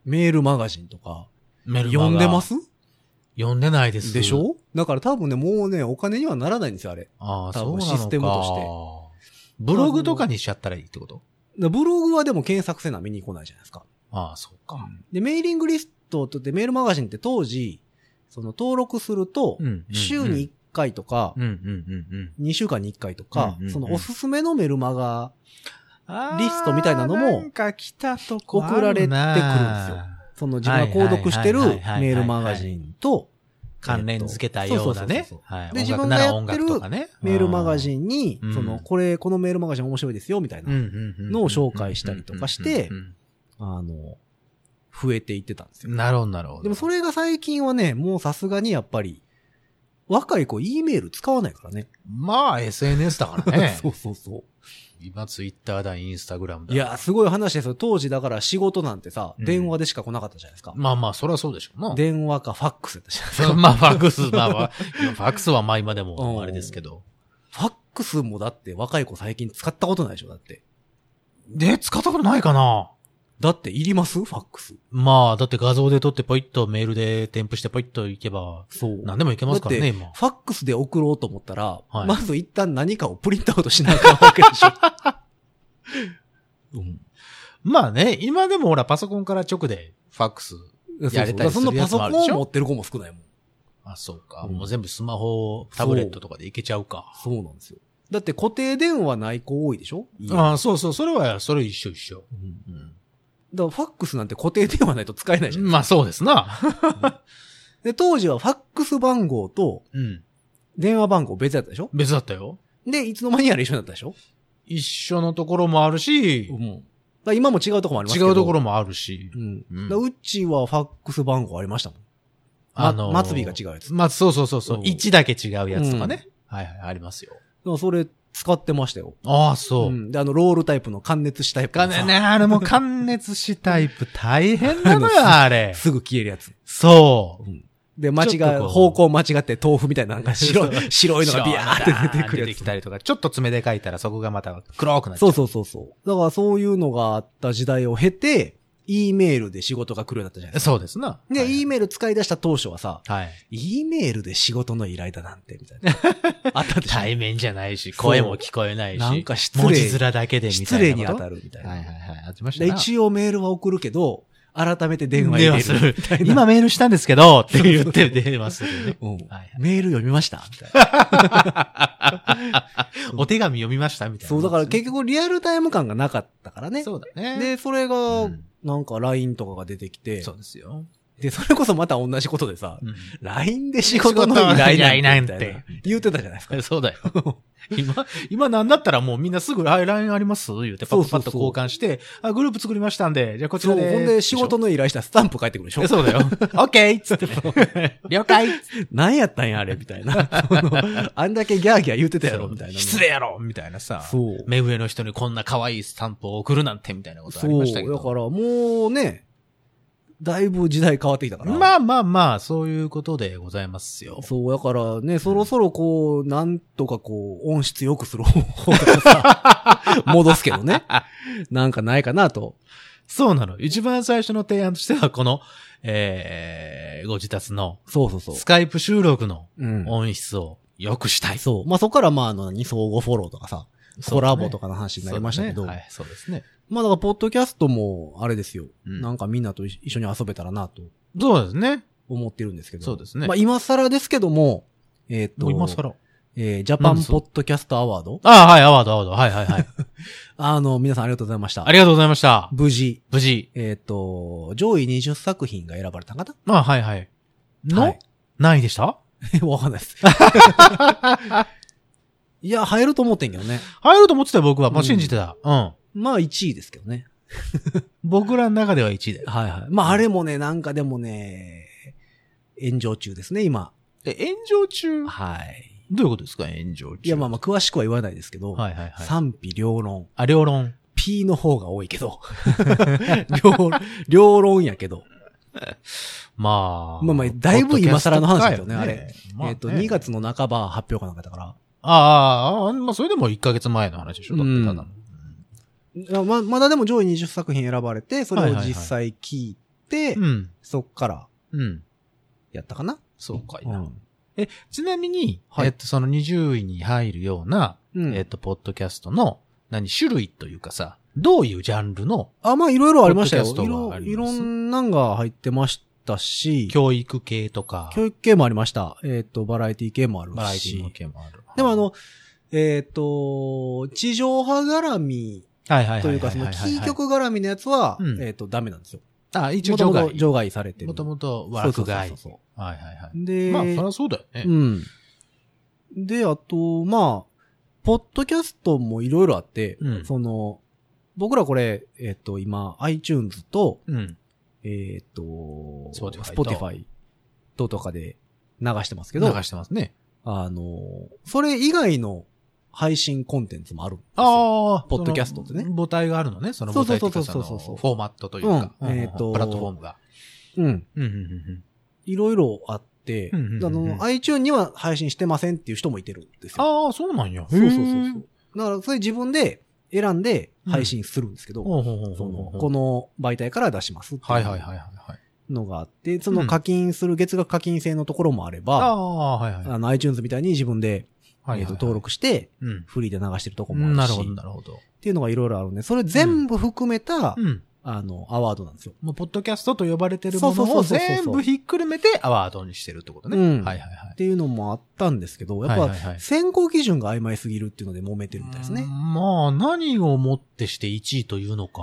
Speaker 2: メールマガジンとか、
Speaker 3: メルマガ
Speaker 2: 読んでます
Speaker 3: 読んでないです。
Speaker 2: でしょだから多分ね、もうね、お金にはならないんですよ、あれ。
Speaker 3: ああ、
Speaker 2: 多
Speaker 3: そう
Speaker 2: 分
Speaker 3: なのか
Speaker 2: システムとして
Speaker 3: ブログとかにしちゃったらいいってこと
Speaker 2: だからブログはでも検索せな見に来ないじゃないですか。
Speaker 3: ああ、そうか。
Speaker 2: で、メーリングリストとってメールマガジンって当時、その登録すると、
Speaker 3: ん
Speaker 2: 週に1回とか、
Speaker 3: うんうんうんうん。
Speaker 2: 2週間に1回とか
Speaker 3: うんうんう、ん
Speaker 2: そのおすすめのメルマガ、
Speaker 3: あー
Speaker 2: リストみたいなのも
Speaker 3: なんか来たとこ
Speaker 2: 送られてくるんですよ。その自分が購読してる
Speaker 3: は
Speaker 2: メ
Speaker 3: いはいはいはいはい
Speaker 2: ールマガジンと、
Speaker 3: 関連付けたような
Speaker 2: えっ
Speaker 3: ね
Speaker 2: とそうそうそうそう。
Speaker 3: は
Speaker 2: で
Speaker 3: い。音
Speaker 2: 自
Speaker 3: 楽
Speaker 2: 分
Speaker 3: な
Speaker 2: が
Speaker 3: ら
Speaker 2: や
Speaker 3: 音
Speaker 2: ってる
Speaker 3: 楽とかね。
Speaker 2: メールマガジ
Speaker 3: ン
Speaker 2: ンに
Speaker 3: う、ん
Speaker 2: その、これ、このメールマガジン面白いですよ、みたいな、のを紹介したりとかして
Speaker 3: うんうんうんうん
Speaker 2: あの、増えていってたんです
Speaker 3: う
Speaker 2: よ
Speaker 3: ん。なるほど、なるほど。
Speaker 2: でもそれが最近はね、もうさすがにやっぱり、若い子 E メール使わないからね。。
Speaker 3: まあ、SNS だから ね
Speaker 2: そうそうそ
Speaker 3: 今、ツイッターだ、インスタグラム
Speaker 2: う。
Speaker 3: だ。
Speaker 2: い、や、すごい話ですよ。当時だから仕事なんてさ、
Speaker 3: うん
Speaker 2: 電話でしか来なかったじゃないですか。
Speaker 3: まあまあ、そりゃそうでしょうな。
Speaker 2: 電話 かファックスだったじゃないです
Speaker 3: そう
Speaker 2: か。
Speaker 3: まあ、ファックス、まあまあ、いやファックスはまあ今でも、あれですけど。
Speaker 2: ファックスもだって若い子最近使ったことないでしょ、だって。
Speaker 3: で、使ったことないかな
Speaker 2: だっていりますファックス。
Speaker 3: まあ、だって画像で撮ってポイッとメールで添付してポイッといけば、
Speaker 2: そう。
Speaker 3: 何でもいけますから
Speaker 2: だ
Speaker 3: ね、
Speaker 2: って
Speaker 3: 今。
Speaker 2: ファックスで送ろうと思ったら、
Speaker 3: はい
Speaker 2: まず一旦何かをプリントアウトしなあかんわけで しょ。うん
Speaker 3: まあね、今でもほら、パソコンから直で、ファックス。やれたり
Speaker 2: そ
Speaker 3: する
Speaker 2: んな
Speaker 3: や
Speaker 2: パ
Speaker 3: つも
Speaker 2: ソ
Speaker 3: ある
Speaker 2: コ
Speaker 3: で
Speaker 2: ン
Speaker 3: しょ
Speaker 2: 持ってる子も少ないもん。
Speaker 3: あ、そうか。
Speaker 2: うん
Speaker 3: もう全部スマホ、タブレットとかでいけちゃうか。
Speaker 2: そうなんですよ。だって固定電話ない子多いでしょあ、
Speaker 3: あそうそう、それは、それ一緒一緒。
Speaker 2: うん
Speaker 3: うん。
Speaker 2: だからファックスなんて固定電話ないと使えないじゃん。
Speaker 3: まあそうですな。
Speaker 2: で、当時はファックス番号と
Speaker 3: うん。
Speaker 2: 電話番号別だったでしょ
Speaker 3: 別だったよ。
Speaker 2: で、いつの間にやら一緒になったでしょ
Speaker 3: 一緒のところもあるし、
Speaker 2: ん。だから今も違うとこもあります
Speaker 3: 違
Speaker 2: けど。
Speaker 3: うところ
Speaker 2: も。
Speaker 3: もあるし
Speaker 2: う、ん。
Speaker 3: うん
Speaker 2: だからうちはファックス番号ありましたもん。
Speaker 3: あの
Speaker 2: ま末尾が違うやつ。だか
Speaker 3: まあそうそうそうそうう、
Speaker 2: ん
Speaker 3: 位置だけ違うやつとかね。はいはい、ありますよ。
Speaker 2: らそれ使ってましたよ。
Speaker 3: ああ、そう。
Speaker 2: ん。で、あの、ロールタイプの感熱したタイプ
Speaker 3: か
Speaker 2: の
Speaker 3: ね
Speaker 2: さ
Speaker 3: ね、あれも関熱しタイプ大変な のよ、あれ。
Speaker 2: すぐ消えるやつ。
Speaker 3: そう。
Speaker 2: で、間違
Speaker 3: ちょっと
Speaker 2: い、
Speaker 3: こう
Speaker 2: 方向間違って豆腐みたいななんか白い、 白いのがビヤーって出てくるや
Speaker 3: 出て
Speaker 2: つ
Speaker 3: き。たりとか、ちょっと爪で描いたらそこがまた黒くなっちゃ。
Speaker 2: そううそうそうそう。だからそういうのがあった時代を経て、E メールで仕事が来るようになったじゃないです
Speaker 3: そうですな。
Speaker 2: か。
Speaker 3: は
Speaker 2: で、
Speaker 3: い
Speaker 2: E メール使い出した当初はさ、
Speaker 3: はい。
Speaker 2: E メールで仕事の依頼だなんて、みたい な。あったでし
Speaker 3: 対面じゃないし、
Speaker 2: そう
Speaker 3: 声も聞こえないし。
Speaker 2: なんか失礼
Speaker 3: 文字面だけで
Speaker 2: ょ。
Speaker 3: みたいな。
Speaker 2: 失礼に当た。るみたい
Speaker 3: はいはい
Speaker 2: な。
Speaker 3: はい。ありました
Speaker 2: で
Speaker 3: な
Speaker 2: 一応メールは送るけど、改めて電話入れ
Speaker 3: 電話
Speaker 2: る
Speaker 3: す
Speaker 2: みたいな。
Speaker 3: 今メールしたんですけ ど、って言って電話するね。
Speaker 2: うん
Speaker 3: はい
Speaker 2: メール読みましたみたいな。
Speaker 3: お手紙読みましたみたいな。
Speaker 2: そう、だから結局リアルタイム感がなかったからね。
Speaker 3: そうだね。
Speaker 2: で、それ
Speaker 3: う
Speaker 2: が
Speaker 3: ん、
Speaker 2: なんか LINE とかが出てきて
Speaker 3: そ、うですよ。
Speaker 2: で、それこそまた同じことでさ、
Speaker 3: うん
Speaker 2: LINE で仕事の依頼なんてみたいな言ってたじゃないですか。
Speaker 3: そうだよ。今、今なんだったらもうみんなすぐ、あ、LINE あります言うて、パッパッと交換して、あ、グループ作りましたんで、じゃあこち
Speaker 2: そ
Speaker 3: ら
Speaker 2: う、
Speaker 3: で。
Speaker 2: ほんで仕事の依頼したらスタンプ返ってくるでしょ
Speaker 3: え そうだよ。オッケーっ つって。了解っつって
Speaker 2: 何やったんやあれみたいな。そのあんだけギャーギャー言ってたやろみたいな。
Speaker 3: 失礼やろみたいなさ。
Speaker 2: そう。
Speaker 3: 目上の人にこんな可愛いスタンプを送るなんてみたいなことあり
Speaker 2: そう。
Speaker 3: ま
Speaker 2: だ
Speaker 3: した
Speaker 2: か
Speaker 3: け
Speaker 2: ら
Speaker 3: ど。
Speaker 2: もうね、だいぶ時代変わってきたから。
Speaker 3: ま
Speaker 2: あ。
Speaker 3: あまあまあ、そういうことでございますよ。
Speaker 2: そう、だからね、そろそろこう、なんとかこう、音質良くする方法とかさ、 戻すけどね。なんかないかなと。
Speaker 3: そうなの。一番最初の提案としては、この、えー、ご自宅の
Speaker 2: そうそうそう。
Speaker 3: スカイプ収録の
Speaker 2: うん。
Speaker 3: 音質を良くしたい。
Speaker 2: そう。まあ、そこからまあ、あの、何相互フォローとかさ、コラボと
Speaker 3: か
Speaker 2: かの話になりましたけど、
Speaker 3: はい、そうですね。
Speaker 2: まあだから、ポッドキャストも、あれですよ、
Speaker 3: うん
Speaker 2: なんかみんなと一一緒に遊べたらなと
Speaker 3: そうですね。
Speaker 2: 思ってるんですけど。
Speaker 3: そうですね
Speaker 2: まあ今更ですけども、えーっと、
Speaker 3: もう今更。
Speaker 2: えージャパンポッドキャストアワード
Speaker 3: ああ、はい、アワード、アワード。はい、は い、はい。
Speaker 2: あの、皆さんありがとうございました。
Speaker 3: ありがとうございました。
Speaker 2: 無事、
Speaker 3: 無事。
Speaker 2: えーっと、上位20作品が選ばれた方
Speaker 3: ああ、はい、はい。の、
Speaker 2: はい
Speaker 3: 何位でした
Speaker 2: えわかんないで す。いや、入ると思ってんけどね。
Speaker 3: 入ると思ってたよ、僕は。
Speaker 2: う
Speaker 3: まあ、
Speaker 2: ん
Speaker 3: 信じてた。うん。
Speaker 2: まあ1位ですけどね。
Speaker 3: 僕らの中では1位だよ。
Speaker 2: はいはい。まあ、あれもね、なんかでもね、炎上中ですね、今。
Speaker 3: え、炎上中
Speaker 2: はい。
Speaker 3: どういうことですか炎上中。
Speaker 2: いや、まあまあ、詳しくは言わないですけど、
Speaker 3: はいはいはい。
Speaker 2: 賛否両論。
Speaker 3: あ、両論。
Speaker 2: P の方が多いけど。 両、両論やけど。
Speaker 3: まあ。
Speaker 2: まあまあだいぶ今更の話だけどね
Speaker 3: ポッドキャストかよ
Speaker 2: えっ、と、2。
Speaker 3: まあね
Speaker 2: 月の半ば発表かなんかだから。
Speaker 3: ああああ、まあそれでも1ヶ月前の話でしょだっ
Speaker 2: う
Speaker 3: て
Speaker 2: ん
Speaker 3: ただの。
Speaker 2: ままだでも上位20作品選ばれて、それ
Speaker 3: はい
Speaker 2: を
Speaker 3: はいはい
Speaker 2: 実際聞いて、
Speaker 3: うん。
Speaker 2: そっから
Speaker 3: うん。
Speaker 2: やったかな、
Speaker 3: そうかいうな。
Speaker 2: ん
Speaker 3: ちなみに、
Speaker 2: はい
Speaker 3: えっと、その20位に入るような、
Speaker 2: うん
Speaker 3: えっと、ポッドキャストの、何、種類というかさ、どういうジャンルの
Speaker 2: あ、まあいろいろありましたよ。い
Speaker 3: ポッドキャストは
Speaker 2: ろ
Speaker 3: あり
Speaker 2: い
Speaker 3: ま
Speaker 2: ろ
Speaker 3: す
Speaker 2: んなんが入ってましたし、教
Speaker 3: 教育系とか、
Speaker 2: 育系もありました。えっ、と、バラエティ系もあるし。
Speaker 3: バラエティの系もある。
Speaker 2: でもあ、の、えっ、と、地上波絡み
Speaker 3: はいはいはいはいはいはい。
Speaker 2: というか、そのキー局絡みのやつは、
Speaker 3: うん
Speaker 2: えっ、と、ダメなんですよ。
Speaker 3: あ、一応
Speaker 2: もと
Speaker 3: 除
Speaker 2: もと
Speaker 3: 外。
Speaker 2: 除外されてる。
Speaker 3: もともと
Speaker 2: そうそうそ
Speaker 3: 枠
Speaker 2: うそう
Speaker 3: 外。はいはいはい。
Speaker 2: で、
Speaker 3: まあ、そりゃそうだよね。
Speaker 2: うん。で、あと、まあ、ポッドキャストもいろいろあって、
Speaker 3: うん
Speaker 2: その、僕らこれ、えっ、と、今、iTunes と、
Speaker 3: うん。
Speaker 2: えっ、と、
Speaker 3: Spotify と
Speaker 2: Spotify ととかで流してますけ
Speaker 3: 流
Speaker 2: ど、
Speaker 3: してますね。
Speaker 2: あの、それ以外の配信コンテンツもあるんですよ。
Speaker 3: ああ、
Speaker 2: ポッドキャストってね
Speaker 3: その母体があるのね。その母体という
Speaker 2: そ
Speaker 3: か
Speaker 2: うそう
Speaker 3: そ
Speaker 2: そうそうそう
Speaker 3: の
Speaker 2: そう
Speaker 3: フォーマットというか、
Speaker 2: うんえーと
Speaker 3: プラットフォームが。
Speaker 2: うん。
Speaker 3: うんうんうん
Speaker 2: いろいろあって、
Speaker 3: うんうんうんうん
Speaker 2: あの、iTunes には配信してませんっていう人もいてるんですよ。
Speaker 3: ああ、そうなんや。
Speaker 2: そうそうそう
Speaker 3: へ
Speaker 2: そ
Speaker 3: ー
Speaker 2: う。。だから、それ自分で選んで配信するんですけど、
Speaker 3: ほうほうほう
Speaker 2: そ
Speaker 3: ほう
Speaker 2: の
Speaker 3: ほう
Speaker 2: この媒体から出しますって
Speaker 3: はいはいはい
Speaker 2: い
Speaker 3: はいはい。
Speaker 2: うのがあって、その課金する月額課金制のところもあれば、
Speaker 3: あ、はいはい。
Speaker 2: あの iTunes みたいに自分で、
Speaker 3: はい
Speaker 2: えーと登。録して
Speaker 3: うん。
Speaker 2: フリーで流してるとこ
Speaker 3: う
Speaker 2: もある
Speaker 3: ん
Speaker 2: し、
Speaker 3: なるほど、なるほど。
Speaker 2: っていうのがいろいろあるんで、それ全部含めた、
Speaker 3: うん。
Speaker 2: あの、アワードなんですよ。
Speaker 3: もう、ポッドキャストと呼ばれてるも
Speaker 2: そう
Speaker 3: の
Speaker 2: そ
Speaker 3: を
Speaker 2: うそうそうそう
Speaker 3: 全部ひっくるめてアワードにしてるってことね。
Speaker 2: うん
Speaker 3: はいはいはい
Speaker 2: っ。ていうのもあったんですけど、やっ
Speaker 3: はい
Speaker 2: ぱ
Speaker 3: はいはい
Speaker 2: 選考基準が曖昧すぎるっていうので揉めてるみたいです
Speaker 3: う
Speaker 2: ね。
Speaker 3: んまあ、何をもってして1位というのか、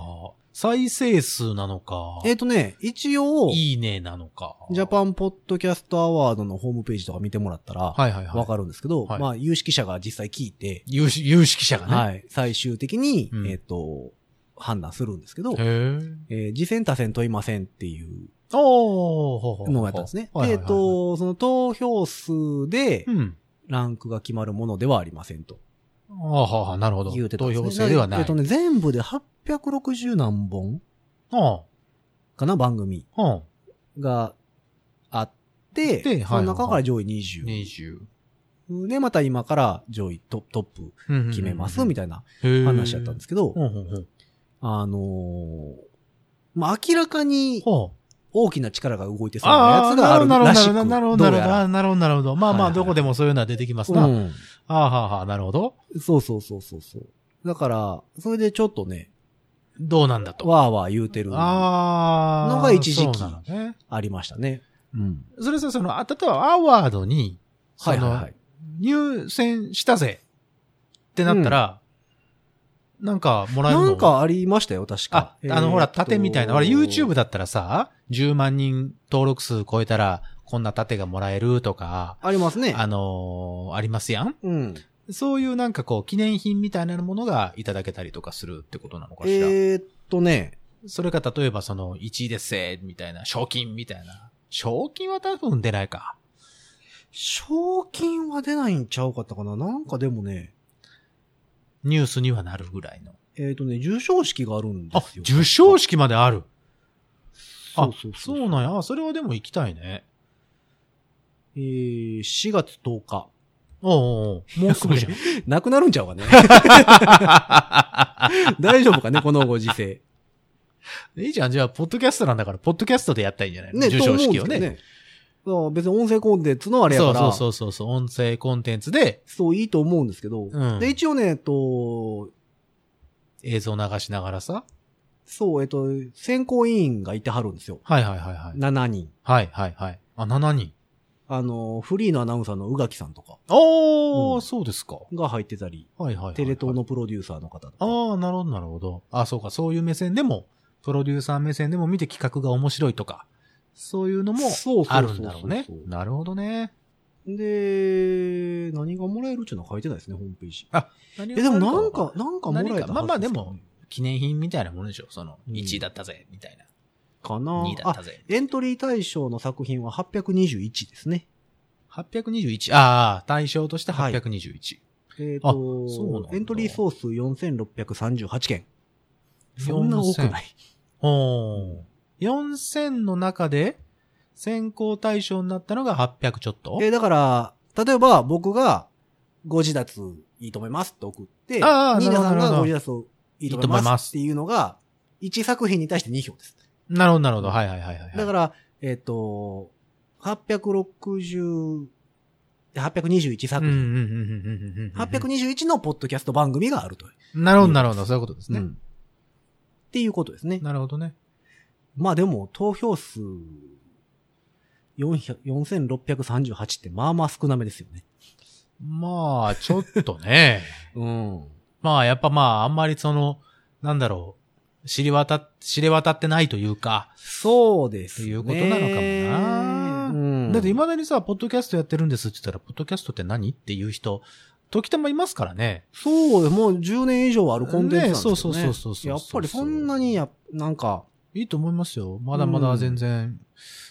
Speaker 3: 再生数なのか、
Speaker 2: えっとね、一応、
Speaker 3: いいねなのか。
Speaker 2: ジャパンポッドキャストアワードのホームページとか見てもらったら、
Speaker 3: はいはいはい。
Speaker 2: わかるんですけど、
Speaker 3: はい
Speaker 2: まあ、有識者が実際聞いて、
Speaker 3: 有識有識者がね。
Speaker 2: はい。最終的に、
Speaker 3: うん
Speaker 2: えっ、と、判断するんですけど、
Speaker 3: へえ。
Speaker 2: えー、次戦他戦問いませんっていう
Speaker 3: おー、ほうほうほう。
Speaker 2: のをやったんですね。
Speaker 3: はい
Speaker 2: でえ
Speaker 3: は
Speaker 2: っ、
Speaker 3: いはい、
Speaker 2: と、その投票数で
Speaker 3: うん。
Speaker 2: ランクが決まるものではありませんと
Speaker 3: あーはーはーなるほど。
Speaker 2: 言うてたん
Speaker 3: 投
Speaker 2: です、ね。
Speaker 3: 票制ではない。
Speaker 2: えっ、とね、全部で860何本
Speaker 3: あ
Speaker 2: かな、番組
Speaker 3: あ、うん。
Speaker 2: があって、
Speaker 3: で
Speaker 2: その中から上位20。
Speaker 3: 20。
Speaker 2: で、また今から上位トトップ決めます、み
Speaker 3: た
Speaker 2: たいない話だったんですすけど、
Speaker 3: うんうんうん。
Speaker 2: あのーまあ、明らかに
Speaker 3: ほう。
Speaker 2: 大きな力が動いてそうな
Speaker 3: あ
Speaker 2: や
Speaker 3: あ、
Speaker 2: つがある
Speaker 3: なる
Speaker 2: らし
Speaker 3: ほ
Speaker 2: く
Speaker 3: ど、なるほど、
Speaker 2: どう
Speaker 3: なる
Speaker 2: や
Speaker 3: ほど、
Speaker 2: ら
Speaker 3: あーなるほど、なるほど。まあま
Speaker 2: は
Speaker 3: あ、
Speaker 2: いはい
Speaker 3: どこでもそういうのは出てきます
Speaker 2: う
Speaker 3: な。あ
Speaker 2: ん
Speaker 3: あ、はあ、はあ、なるほど。
Speaker 2: そうそうそうそうそう。だから、それでちょっとね、
Speaker 3: どうなんだと。
Speaker 2: わーわー言うてるあ
Speaker 3: ああ。
Speaker 2: のが一時期
Speaker 3: そうなのね。
Speaker 2: りましたね。うん。
Speaker 3: それさ、その、あ例えばアワードに、そ
Speaker 2: はいはいは
Speaker 3: の
Speaker 2: い、。
Speaker 3: 入選したぜってなったら、なんかもらえるの
Speaker 2: なんかありましたよ、確
Speaker 3: あ
Speaker 2: か、。
Speaker 3: あの、ほら、盾みたいな。ほら、YouTube
Speaker 2: で。
Speaker 3: だったらさ、10万人登録数超えたら、こんな盾がもらえるとか、
Speaker 2: ありますね。
Speaker 3: あのーありますやん
Speaker 2: うん。
Speaker 3: そういうなんかこう、記念品みたいなものがいただけたりとかするってことなのかしら。
Speaker 2: えーっとね、
Speaker 3: それか、例えばその、1位ですせ、みたいな、賞金みたいな。賞金は多分出ないか。
Speaker 2: 賞金は出ないんちゃうかったかななんかでもね、
Speaker 3: ニュースにはなるぐらいの。
Speaker 2: えーっとね、受賞式があるんで
Speaker 3: あ
Speaker 2: す、よ。
Speaker 3: 受賞式まである。あ
Speaker 2: そうそうそう。
Speaker 3: そうなんや。あそれはでも行きたいね。
Speaker 2: えー、4月10日。
Speaker 3: おうおうおうもう すぐじゃん。
Speaker 2: なくなるんちゃうかね。大丈夫かね、このご時世。
Speaker 3: いいじゃん。じゃあ、ポッドキャストなんだから、ポッドキャストでやったらいいんじゃない の
Speaker 2: ね、
Speaker 3: 授賞式を
Speaker 2: と思うん
Speaker 3: ね。
Speaker 2: ですけどね。そう別に音声コンテンツのあれや
Speaker 3: そ
Speaker 2: か
Speaker 3: う
Speaker 2: ら、
Speaker 3: そ
Speaker 2: そう
Speaker 3: うそうそうそう、音声コンテンツで
Speaker 2: いいと思うんですけど、
Speaker 3: うん
Speaker 2: で、一応ね、えっと、
Speaker 3: 映像流しながらさ。
Speaker 2: そう、えっと、選考委員がいてはるんですよ。
Speaker 3: はいはいはいはい。
Speaker 2: 7人。
Speaker 3: はいはいはい。あ、7人。
Speaker 2: あの、フリーのアナウンサーの宇垣さんとか
Speaker 3: おー、
Speaker 2: うん
Speaker 3: そうですか。は
Speaker 2: が入ってたり、
Speaker 3: いはいはい、はい。
Speaker 2: テレ東のプロデューサーの方と
Speaker 3: あ
Speaker 2: か。
Speaker 3: ー、なるほどなるほど。あ、そうか、そういう目線でも、プロデューサー目線でも見て企画が面白いとか、そういうのも
Speaker 2: そうそうそうそう
Speaker 3: あるんだろうね。なるほどね。
Speaker 2: で、何がもらえるっていうのは書いてないですね、ホームページ。
Speaker 3: え、
Speaker 2: え、でもなんか、なんかもらえたはずすけどね
Speaker 3: まあまあでも、記念品みたいなものでしょその、1位だったぜ、みたいな。
Speaker 2: かな
Speaker 3: 2位だっ
Speaker 2: あ
Speaker 3: た、ぜ。
Speaker 2: エントリー対象の作品は821ですね。
Speaker 3: 821。ああ、対象として
Speaker 2: はい
Speaker 3: 821。
Speaker 2: えっ、
Speaker 3: あそうなん
Speaker 2: と
Speaker 3: だ、
Speaker 2: エントリー総数4638件。そんな多くない。
Speaker 3: おー。4000の中で、選考対象になったのが800ちょっと
Speaker 2: えーだから、例えば僕が、ご自立いいと思いますって送って、
Speaker 3: あー
Speaker 2: ニーナさん
Speaker 3: なるほどなるほ
Speaker 2: が
Speaker 3: ど
Speaker 2: ご自立をいいと思いますっていうのが、1作品に対して2票です。
Speaker 3: なるほど、なるほど。はいはいはいはい。、
Speaker 2: だからら、えっ、と、860、821
Speaker 3: うん
Speaker 2: 作品、
Speaker 3: うんうんうんうんうんうん。
Speaker 2: 821のポッドキャスト番組があるという。
Speaker 3: なるほど、なるほど。そういうことですね。
Speaker 2: うんっていうことですね。
Speaker 3: なるほどね。
Speaker 2: まあでも、投票数400 4638ってまあまあ少なめですよね。
Speaker 3: まあ、ちょっと ね。
Speaker 2: うん。
Speaker 3: まあ、やっぱまあ、あんまりその、なんだろう、知り渡っ、知れ渡ってないというか、
Speaker 2: そうですね。
Speaker 3: いうことなのかもな
Speaker 2: うん、
Speaker 3: だって未だにさ、ポッドキャストやってるんですって言ったら、ポッドキャストって何っていう人、時たまいますからね。
Speaker 2: そう、もう10年以上あるコンテンツなんですよ、ね
Speaker 3: ねそうそうそうそうそう
Speaker 2: やっぱりそんなにや、なんか、
Speaker 3: いいと思いますよ。まだまだ全然、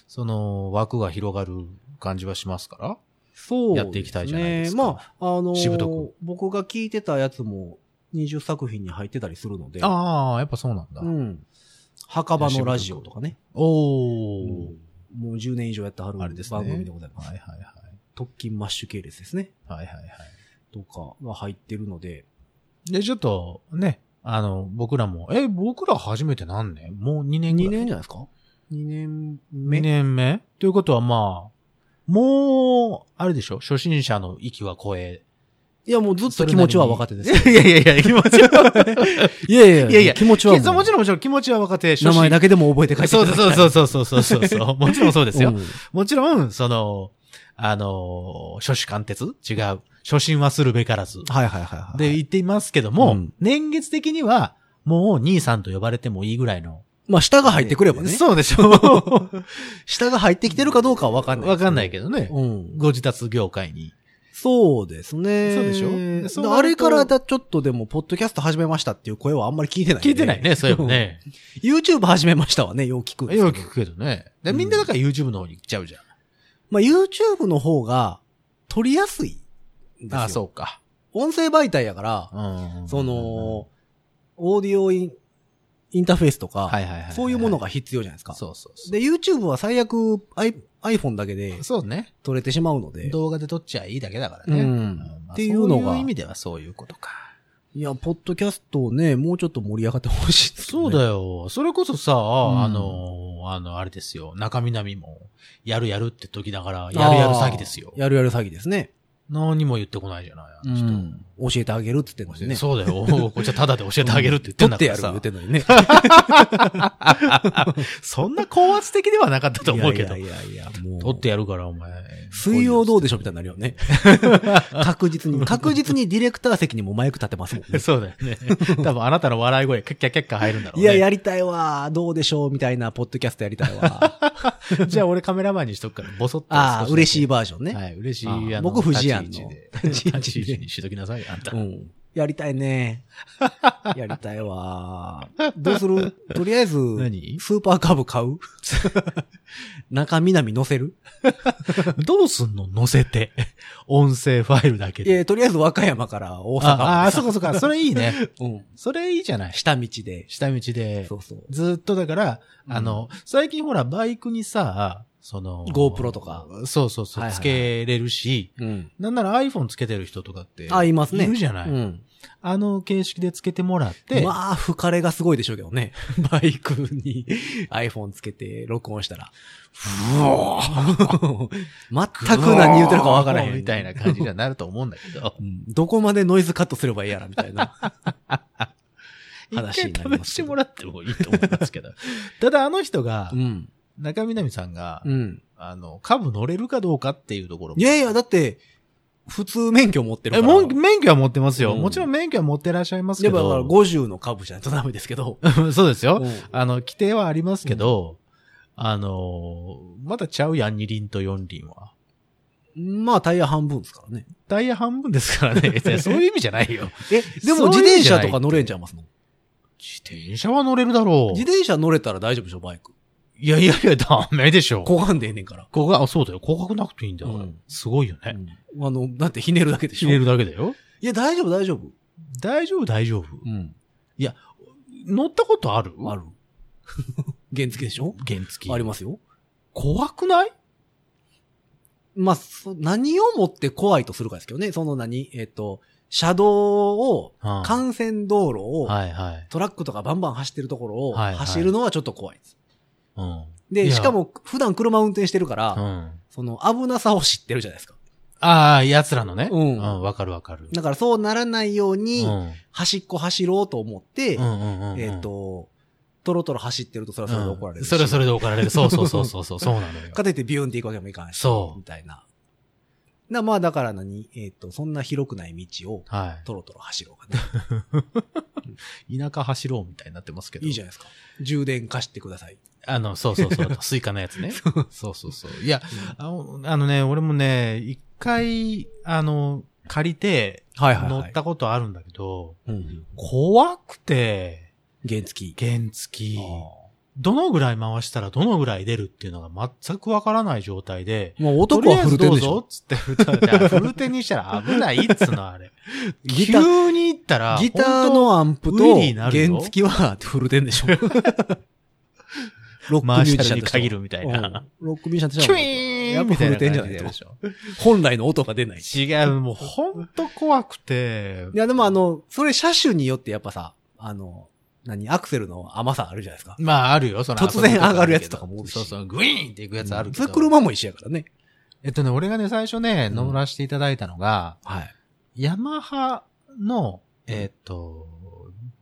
Speaker 3: その、枠が広がる感じはしますから。
Speaker 2: そう、
Speaker 3: やっていきたいじゃないですか
Speaker 2: まあ、あのー
Speaker 3: しぶとく
Speaker 2: 僕が聞いてたやつも20作品に入ってたりするので。
Speaker 3: ああ、やっぱそうなんだ。
Speaker 2: うん。墓場のラジオとかね。
Speaker 3: おー。
Speaker 2: うんもう10年以上やってはる
Speaker 3: あれですね
Speaker 2: 番組でございま
Speaker 3: は
Speaker 2: す
Speaker 3: い。はいはい。
Speaker 2: 特勤マッシュ系列ですね。
Speaker 3: はいはいはい。
Speaker 2: とかが入ってるので。
Speaker 3: で、ちょっと、ね、あの、僕らも、え、僕ら初めて何年もう2年ぐら
Speaker 2: 2
Speaker 3: い。
Speaker 2: 年じゃないですか ?2 年目。
Speaker 3: 2年目ということはまあ、もう、あれでしょ初心者の域は超え。
Speaker 2: いや、もうずっと気持ちは若手です。
Speaker 3: いやいやいや、気持ちは。
Speaker 2: いやいや
Speaker 3: いやいや
Speaker 2: 気持ちは
Speaker 3: そうもちろんもちろん気持ちは若手。
Speaker 2: 名前だ
Speaker 3: け
Speaker 2: けでも覚えて書いて
Speaker 3: そう
Speaker 2: いただきたい
Speaker 3: そうそうそうそうそ うそう。もちろんそうですよ。
Speaker 2: うん
Speaker 3: もちろん、その、あの、初手貫徹違う。初心はするべからず。
Speaker 2: はいはいはいはい。
Speaker 3: で、言っていますけども、
Speaker 2: うん
Speaker 3: 年月的には、もう兄さんと呼ばれてもいいぐらいの。
Speaker 2: まあ、下が入ってくればね。
Speaker 3: そうでしょ。
Speaker 2: 下が入ってきてるかどうかはわかんない。
Speaker 3: わかんない
Speaker 2: け
Speaker 3: けどね。
Speaker 2: うん。
Speaker 3: ご自達業界に。
Speaker 2: そうですね。
Speaker 3: そうでしょでそうなると
Speaker 2: あれからだ、ちょっとでも、ポッドキャスト始めましたっていう声はあんまり聞いてない、
Speaker 3: 聞いてないね、そういえば。ね。
Speaker 2: YouTube 始めましたはね、よう聞くんですけど
Speaker 3: よく聞くけどね。で、
Speaker 2: うん
Speaker 3: みんなだから YouTube の方に行っちゃうじゃん。
Speaker 2: まあ、YouTube の方が、撮りやすいんですよ。
Speaker 3: ああ、そうか。
Speaker 2: 音声媒体やから、
Speaker 3: うん
Speaker 2: そ、の、オーディオインインターフェースとか、
Speaker 3: はいはいはいはい。
Speaker 2: そういうものが必要じゃないですか。
Speaker 3: そうそうそう。
Speaker 2: で、YouTube は最悪 I iPhone だけで
Speaker 3: そうね。
Speaker 2: 撮れてしまうので、
Speaker 3: 動画で撮っちゃいいだけだからね。
Speaker 2: うん
Speaker 3: まあ
Speaker 2: っていうのが
Speaker 3: そういう意味ではそういうことか。
Speaker 2: いや、ポッドキャストをね、もうちょっと盛り上がってほしい、
Speaker 3: そうだ。よ。それこそさ、
Speaker 2: ん
Speaker 3: あの、あの、あれですよ。中南も、やるやるって時だから、やるやる詐欺ですよ
Speaker 2: あー。やるやる詐欺ですね。
Speaker 3: 何も言ってこないじゃないあの人。
Speaker 2: 教えてあげるって言ってんのにね。
Speaker 3: そうだ よ。こっちはタダで教えてあげるって言って
Speaker 2: 撮
Speaker 3: んだ
Speaker 2: って
Speaker 3: か
Speaker 2: や
Speaker 3: ら
Speaker 2: る
Speaker 3: さ。
Speaker 2: 言ってんのにね。
Speaker 3: そんな高圧的ではなかったと思うけど
Speaker 2: い。やいやいやいや、もう。
Speaker 3: 取ってやるから、お前。
Speaker 2: 水曜どうでしょうみたいになるよ ね。確実に、確実にディレクター席にもマイク立てますもんね。
Speaker 3: そうだよね。 多分あなたの笑い声、キャッキャッキャッキャ入るんだろう
Speaker 2: い
Speaker 3: ね。
Speaker 2: や、やりたいわー。どうでしょうみたいな、ポッドキャストやりたい わー。
Speaker 3: じゃあ俺カメラマンにしとくから、ボソッと。
Speaker 2: ああ、嬉しい
Speaker 3: 場
Speaker 2: バージョンね。
Speaker 3: はい、嬉しい。
Speaker 2: あー
Speaker 3: あの
Speaker 2: 僕不二家の
Speaker 3: 立ち位置で
Speaker 2: 立ち位置で
Speaker 3: 立ち位置にしときなさいよ、あんた
Speaker 2: う。ん。やりたい ね。やりたいわー。どうするとりあえず、
Speaker 3: 何
Speaker 2: スーパーカブ買 う中南乗せる
Speaker 3: どうすんの乗せて。音声ファイルだけ
Speaker 2: い
Speaker 3: で。
Speaker 2: や、とりあえず和歌山から大阪まで
Speaker 3: ああ、そこそこ。それいいね。
Speaker 2: うん。
Speaker 3: それいいじゃない。
Speaker 2: 下道で。
Speaker 3: 下道で
Speaker 2: そ。うそう。
Speaker 3: ずっとだから、
Speaker 2: うん
Speaker 3: あの、最近ほら、バイクにさ、その、
Speaker 2: GoPro とか。
Speaker 3: そうそうそ
Speaker 2: は
Speaker 3: う、
Speaker 2: いはいはい
Speaker 3: つけれるし、
Speaker 2: うん。
Speaker 3: なんなら iPhone つけてる人とかって。
Speaker 2: あ、いますね。
Speaker 3: いるじゃない、
Speaker 2: うん。
Speaker 3: あの形式でつけてもらって、
Speaker 2: まあ、吹かれがすごいでしょうけどね。 バイクに iPhone つけて録音したら。ふお 全く何言うてるかわからへん。
Speaker 3: みたいな感じにはなると思うんだけど
Speaker 2: う。ん。どこまでノイズカットすればいいやら、みたい な。話
Speaker 3: 一
Speaker 2: になりますけど
Speaker 3: 回試してもらってもいいと思いますけど。 ただあの人が
Speaker 2: う、ん。
Speaker 3: 中南さんが、
Speaker 2: うん。
Speaker 3: あの、株乗れるかどうかっていうところも
Speaker 2: いやいや、だって、普通免許持ってる
Speaker 3: え、
Speaker 2: から。
Speaker 3: もん免許は持ってますよ。
Speaker 2: うん
Speaker 3: もちろん免許は持ってらっしゃいます
Speaker 2: で
Speaker 3: け
Speaker 2: も、だから
Speaker 3: ど。
Speaker 2: 50の株じゃないとダメですけど。
Speaker 3: そうですよ。
Speaker 2: うん
Speaker 3: あの、規定はありますけど、あのー、まだちゃうやん、二輪と四輪は。
Speaker 2: まあ、タイヤ半分ですからね。
Speaker 3: ダイヤ半分ですからね。いやそういう意味じゃないよ。
Speaker 2: え、でも
Speaker 3: そう
Speaker 2: 自
Speaker 3: いう意
Speaker 2: 転
Speaker 3: 味じゃ
Speaker 2: 車
Speaker 3: ない
Speaker 2: とか乗れんちゃいますの
Speaker 3: 自転車は乗れるだろ
Speaker 2: 自
Speaker 3: う。
Speaker 2: 転車乗れたら大丈夫でしょ、バイク。
Speaker 3: いやいやいや、ダメでしょ。
Speaker 2: こがんでええねんから。
Speaker 3: こが、あ、そうだよ。広角なくていいんだから。
Speaker 2: うん
Speaker 3: すごいよね。
Speaker 2: あの、だってひねるだけでし
Speaker 3: ひ
Speaker 2: ょ。
Speaker 3: ねるだけだよ。
Speaker 2: いや、大丈夫、大丈夫。
Speaker 3: 大丈夫、大丈夫。
Speaker 2: うん。
Speaker 3: 乗ったことある
Speaker 2: ある。原付でしょ
Speaker 3: 原付。
Speaker 2: ありますよ。
Speaker 3: 怖くない
Speaker 2: まあ、そ何をもって怖いとするかですけどね。その何えっ、と、車道を、
Speaker 3: うん
Speaker 2: 幹線道路を、
Speaker 3: はいはい。
Speaker 2: トラックとかバンバン走ってるところを、
Speaker 3: はいはい
Speaker 2: 走るのはちょっと怖いです。
Speaker 3: うん。い
Speaker 2: で、
Speaker 3: や
Speaker 2: しかも、普段車運転してるから、
Speaker 3: うん。
Speaker 2: その危なさを知ってるじゃないですか。
Speaker 3: ああ、奴らのね。
Speaker 2: うん
Speaker 3: うん、わかるわかる。
Speaker 2: だからそうならないように、
Speaker 3: うん
Speaker 2: 端っこ走ろうと思って、
Speaker 3: うんうんうんうん。
Speaker 2: えっ、と、トロトロ走ってるとそれはそれで怒られる
Speaker 3: うん
Speaker 2: し、
Speaker 3: それはそれで怒ら れる。そうそうそうそうそう。そうなのよ。
Speaker 2: かといってビューンって行くわけにもいかないし、
Speaker 3: そう
Speaker 2: みたいな。な、まあだから何えっ、と、そんな広くない道を、
Speaker 3: は
Speaker 2: トロトロ走ろうかね。
Speaker 3: い。田舎走ろうみたいになってますけど。
Speaker 2: いいじゃないですか。充電貸してください。
Speaker 3: あの、そうそう そう。スイカのやつね。そうそうそう。いや、あのあのね、俺もね、一回、あの、借りて、
Speaker 2: はい
Speaker 3: 乗ったことあるんだけど、
Speaker 2: うん
Speaker 3: 怖くて、
Speaker 2: 原付き。
Speaker 3: 原付き、どのぐらい回したらどのぐらい出るっていうのが全くわからない状態で、
Speaker 2: もう男はフルテンでしょ
Speaker 3: とりあえずどうぞっつって、フルテンフルテンにしたら危ないっつうのあれ。
Speaker 2: ギター
Speaker 3: 急に行ったら、
Speaker 2: ギター
Speaker 3: 本
Speaker 2: のアンプ
Speaker 3: ウィ
Speaker 2: と
Speaker 3: リーにな
Speaker 2: 原
Speaker 3: るよ
Speaker 2: 付きはフルテン でしょロッ
Speaker 3: 当
Speaker 2: クミュ
Speaker 3: マ
Speaker 2: ー
Speaker 3: ー
Speaker 2: ジ
Speaker 3: シ
Speaker 2: シャンとし
Speaker 3: ャ
Speaker 2: て
Speaker 3: ル
Speaker 2: は
Speaker 3: に限るみたいな。
Speaker 2: うんロックミュージシャンとして
Speaker 3: キュ
Speaker 2: は
Speaker 3: イー
Speaker 2: やっ
Speaker 3: ン
Speaker 2: ぱ
Speaker 3: みたい
Speaker 2: フル
Speaker 3: な
Speaker 2: テン
Speaker 3: 感
Speaker 2: じ
Speaker 3: じ
Speaker 2: ゃない
Speaker 3: で
Speaker 2: と
Speaker 3: しょ。
Speaker 2: 本来の音が出ない。い
Speaker 3: 違う、もうほんと怖くて。
Speaker 2: や、でもあの、それ車種によってやっぱさ、あの、何、アクセルの甘さあるじゃないですか。
Speaker 3: まあ、あるよ、その
Speaker 2: 突然上がるやつとかも多いし
Speaker 3: そうそう、グイーンっていくやつあるけど。
Speaker 2: それ車も一緒やからね。
Speaker 3: えっとね、俺がね、最初ね、
Speaker 2: うん
Speaker 3: 乗らせていただいたのが、
Speaker 2: はい。
Speaker 3: ヤマハの、えっと、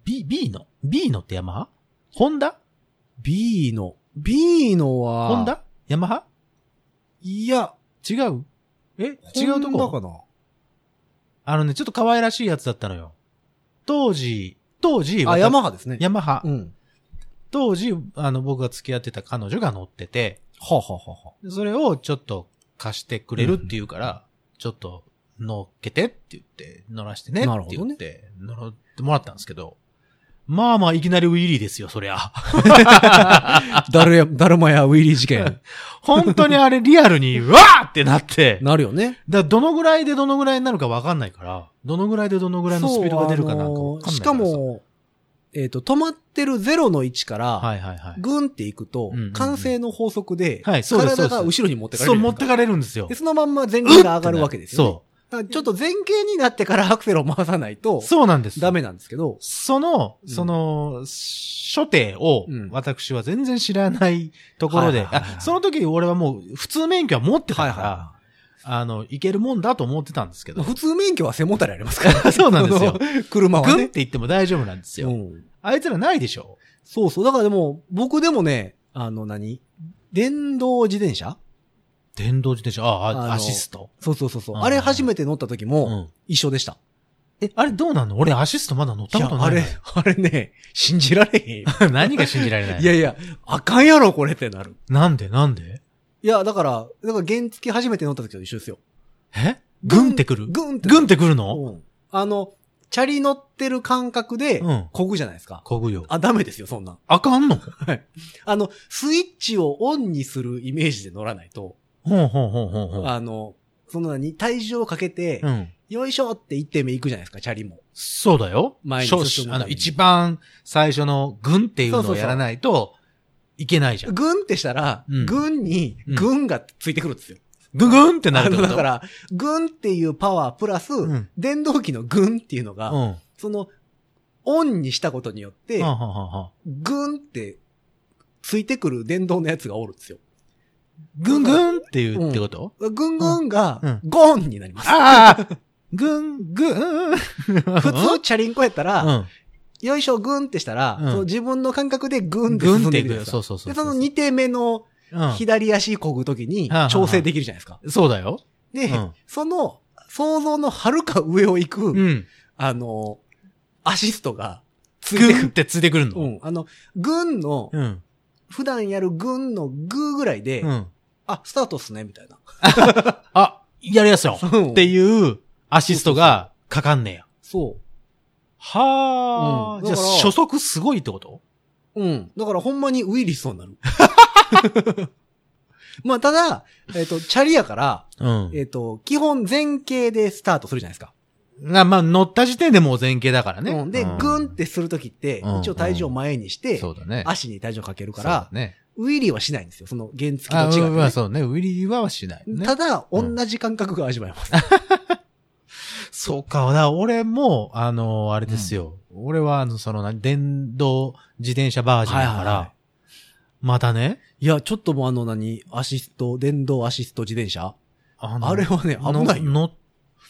Speaker 3: B、B の ?B のってヤマハホンダ
Speaker 2: B の、B のは、
Speaker 3: ホンダヤマハ
Speaker 2: いや、
Speaker 3: 違うえ違
Speaker 2: 違う
Speaker 3: うと
Speaker 2: とこか
Speaker 3: こ
Speaker 2: な。
Speaker 3: あのね、ちょっと可愛らしいやつだったのよ。当時、当時、
Speaker 2: あ、
Speaker 3: 私
Speaker 2: ヤマハですね。
Speaker 3: ヤマハ
Speaker 2: う。ん。
Speaker 3: 当時、あの、僕が付き合ってた彼女が乗ってて、
Speaker 2: はあ、はあはあは
Speaker 3: でそれをちょっと貸してくれるって言うから、ちょっと乗っけてって言って、乗らしてねって
Speaker 2: なるほど
Speaker 3: 言
Speaker 2: ね
Speaker 3: って、乗ってもらったんですけど、まあまあいきなりウィリーですよ、そりゃ。
Speaker 2: あ。だるや、だるまやウィリー事 件。
Speaker 3: 本当にあれリアルに、うわーってなって、だか
Speaker 2: なるよね。
Speaker 3: らどのぐらいでどのぐらいになるかわかんないから、どのぐらいでどのぐらいのスピードが出るかなんかわ
Speaker 2: そ
Speaker 3: か
Speaker 2: うん
Speaker 3: ないら
Speaker 2: し
Speaker 3: さ
Speaker 2: か、も、えっ、と、止まってる0の位置から、
Speaker 3: はいはいはい。
Speaker 2: グンっていくと
Speaker 3: うんうんうん、
Speaker 2: 慣性の法則で、
Speaker 3: はいそうです
Speaker 2: 体
Speaker 3: そ
Speaker 2: が
Speaker 3: うで
Speaker 2: 後ろに持ってかれ
Speaker 3: そ
Speaker 2: るじ
Speaker 3: う、
Speaker 2: ゃない
Speaker 3: 持
Speaker 2: で
Speaker 3: っ
Speaker 2: すか。
Speaker 3: てかれるんですよ
Speaker 2: で、。そのまんま前傾が上がるわけですよ、ね。
Speaker 3: そ
Speaker 2: だからちょっと前傾になってからアクセルを回さないと
Speaker 3: う。、そうなんです。
Speaker 2: ダメなんですけど、
Speaker 3: その、
Speaker 2: うん
Speaker 3: その、初手を
Speaker 2: うん、
Speaker 3: 私は全然知らないところで、
Speaker 2: はいはいはいはい
Speaker 3: あその時俺はもう、普通免許は持ってたから、
Speaker 2: は
Speaker 3: あの、いけるもんだと思ってたんですけど、
Speaker 2: 普通免許は背もたれありますから。
Speaker 3: そうなんですよ。
Speaker 2: 車
Speaker 3: グン
Speaker 2: は
Speaker 3: って
Speaker 2: ね。
Speaker 3: 言っても大丈夫なんですよ。
Speaker 2: うん
Speaker 3: あいつらないでしょ
Speaker 2: そうそう。だからでも、僕でもね、あの何、電動自転車
Speaker 3: 電動自転車、あ
Speaker 2: あ
Speaker 3: あ、
Speaker 2: の
Speaker 3: アシスト。
Speaker 2: そうそうそう。そう
Speaker 3: うん
Speaker 2: あれ初めて乗った時
Speaker 3: う
Speaker 2: も、
Speaker 3: ん。
Speaker 2: 一緒でした。
Speaker 3: え、あれどうなんの俺アシストまだ乗った
Speaker 2: い
Speaker 3: こ
Speaker 2: や、
Speaker 3: とない
Speaker 2: あれ、あれね、信じられ へんよ。
Speaker 3: れ、何が信じられない
Speaker 2: いやいや、あかんやろ、これってなる。
Speaker 3: なんでなんで
Speaker 2: いや、だから、だから原付き初めて乗った時と一緒ですよ。
Speaker 3: えグンってくる
Speaker 2: グンってく
Speaker 3: グ
Speaker 2: る
Speaker 3: ンってくるの
Speaker 2: うんあの、チャリ乗ってる感覚で
Speaker 3: うん、
Speaker 2: こぐじゃないですか。
Speaker 3: こぐよ。
Speaker 2: あ、ダメですよ、そんなん。
Speaker 3: あかんの
Speaker 2: あの、スイッチをオンにするイメージで乗らないと、
Speaker 3: ほんほんほんほんほん。
Speaker 2: あの、その何、体重をかけて、
Speaker 3: うん。
Speaker 2: よいしょって一点目行くじゃないですか、チャリも。
Speaker 3: そうだよ。
Speaker 2: 前に
Speaker 3: 少
Speaker 2: 進
Speaker 3: 子
Speaker 2: むた
Speaker 3: あ
Speaker 2: めに
Speaker 3: の、一番最初の軍っていう
Speaker 2: そう
Speaker 3: の
Speaker 2: そ
Speaker 3: を
Speaker 2: うそう
Speaker 3: やらないといけないじゃん。
Speaker 2: グンってしたら、
Speaker 3: うん
Speaker 2: グンに、
Speaker 3: うん
Speaker 2: グンがついてくるんですよ。
Speaker 3: ぐぐんってな
Speaker 2: あ
Speaker 3: るって
Speaker 2: の、
Speaker 3: こと
Speaker 2: だから、グンっていうパワープラス、
Speaker 3: ん
Speaker 2: 電動機のグンっていうのが、
Speaker 3: うん。はん
Speaker 2: その、オンにしたことによって、
Speaker 3: はんはんはん
Speaker 2: グンって、ついてくる電動のやつがおるんですよ。
Speaker 3: ぐんぐんっていうってこと
Speaker 2: グングン
Speaker 3: う
Speaker 2: が
Speaker 3: ん、
Speaker 2: ゴンになります。
Speaker 3: ああぐん、ぐん。
Speaker 2: 普通、チャリンコやったら、
Speaker 3: うん。
Speaker 2: よいしょ、グンってしたら、
Speaker 3: うん
Speaker 2: その自分の感覚でグ
Speaker 3: ぐ
Speaker 2: ン
Speaker 3: ん
Speaker 2: って進ん
Speaker 3: って
Speaker 2: で
Speaker 3: い
Speaker 2: いく
Speaker 3: く
Speaker 2: じゃない
Speaker 3: よ。
Speaker 2: です
Speaker 3: そ
Speaker 2: か。
Speaker 3: うそうそう。
Speaker 2: で、その2手目の
Speaker 3: うん、
Speaker 2: 左足こぐときに
Speaker 3: はあはあ
Speaker 2: 調整できるじゃないですか。
Speaker 3: そうだよ。
Speaker 2: で、
Speaker 3: うん
Speaker 2: その、想像の遥か上を行く、
Speaker 3: うん。
Speaker 2: あの、アシストが、つい
Speaker 3: ぐ
Speaker 2: て
Speaker 3: ん
Speaker 2: く
Speaker 3: っ
Speaker 2: る。
Speaker 3: てついてくる
Speaker 2: う
Speaker 3: の。
Speaker 2: ん。あの、軍の、
Speaker 3: うん。
Speaker 2: 普段やる軍のグーぐらいで、
Speaker 3: うん。
Speaker 2: あ、スタートっすね、みたいな。
Speaker 3: あ、やりやすよ。
Speaker 2: っ
Speaker 3: って
Speaker 2: う。
Speaker 3: いうアシストがかかんねや。
Speaker 2: そう。
Speaker 3: はあ、
Speaker 2: うん
Speaker 3: じゃあ
Speaker 2: だから
Speaker 3: 初速すごいってこと
Speaker 2: うん。だからほんまにウィリスにな る。まあただ、えっ、と、チャリやから、
Speaker 3: うん
Speaker 2: えっ、と、基本前傾でスタートするじゃないですか。
Speaker 3: なまあ、乗った時点でもう前傾だからね。
Speaker 2: うんで、
Speaker 3: うん
Speaker 2: グンってするときって、
Speaker 3: うん
Speaker 2: 一応体重を前にして、
Speaker 3: そうだね。
Speaker 2: 足に体重をかけるか
Speaker 3: そうだ
Speaker 2: ら、
Speaker 3: ね。
Speaker 2: ウィリーはしないんですよ。その原付と
Speaker 3: あ、
Speaker 2: 違ってね、
Speaker 3: まあそうね。売りはしない、ね。
Speaker 2: ただ、
Speaker 3: うん
Speaker 2: 同じ感覚が味わえます。
Speaker 3: そうか。だ俺も、あの、あれですよ。俺は、あの、その、何電動自転車バージョンだから、
Speaker 2: はいはいは
Speaker 3: またね、
Speaker 2: いや、ちょっともうあの何、アシスト、電動アシスト自転車
Speaker 3: あの
Speaker 2: あれはね、危ないよ。
Speaker 3: の、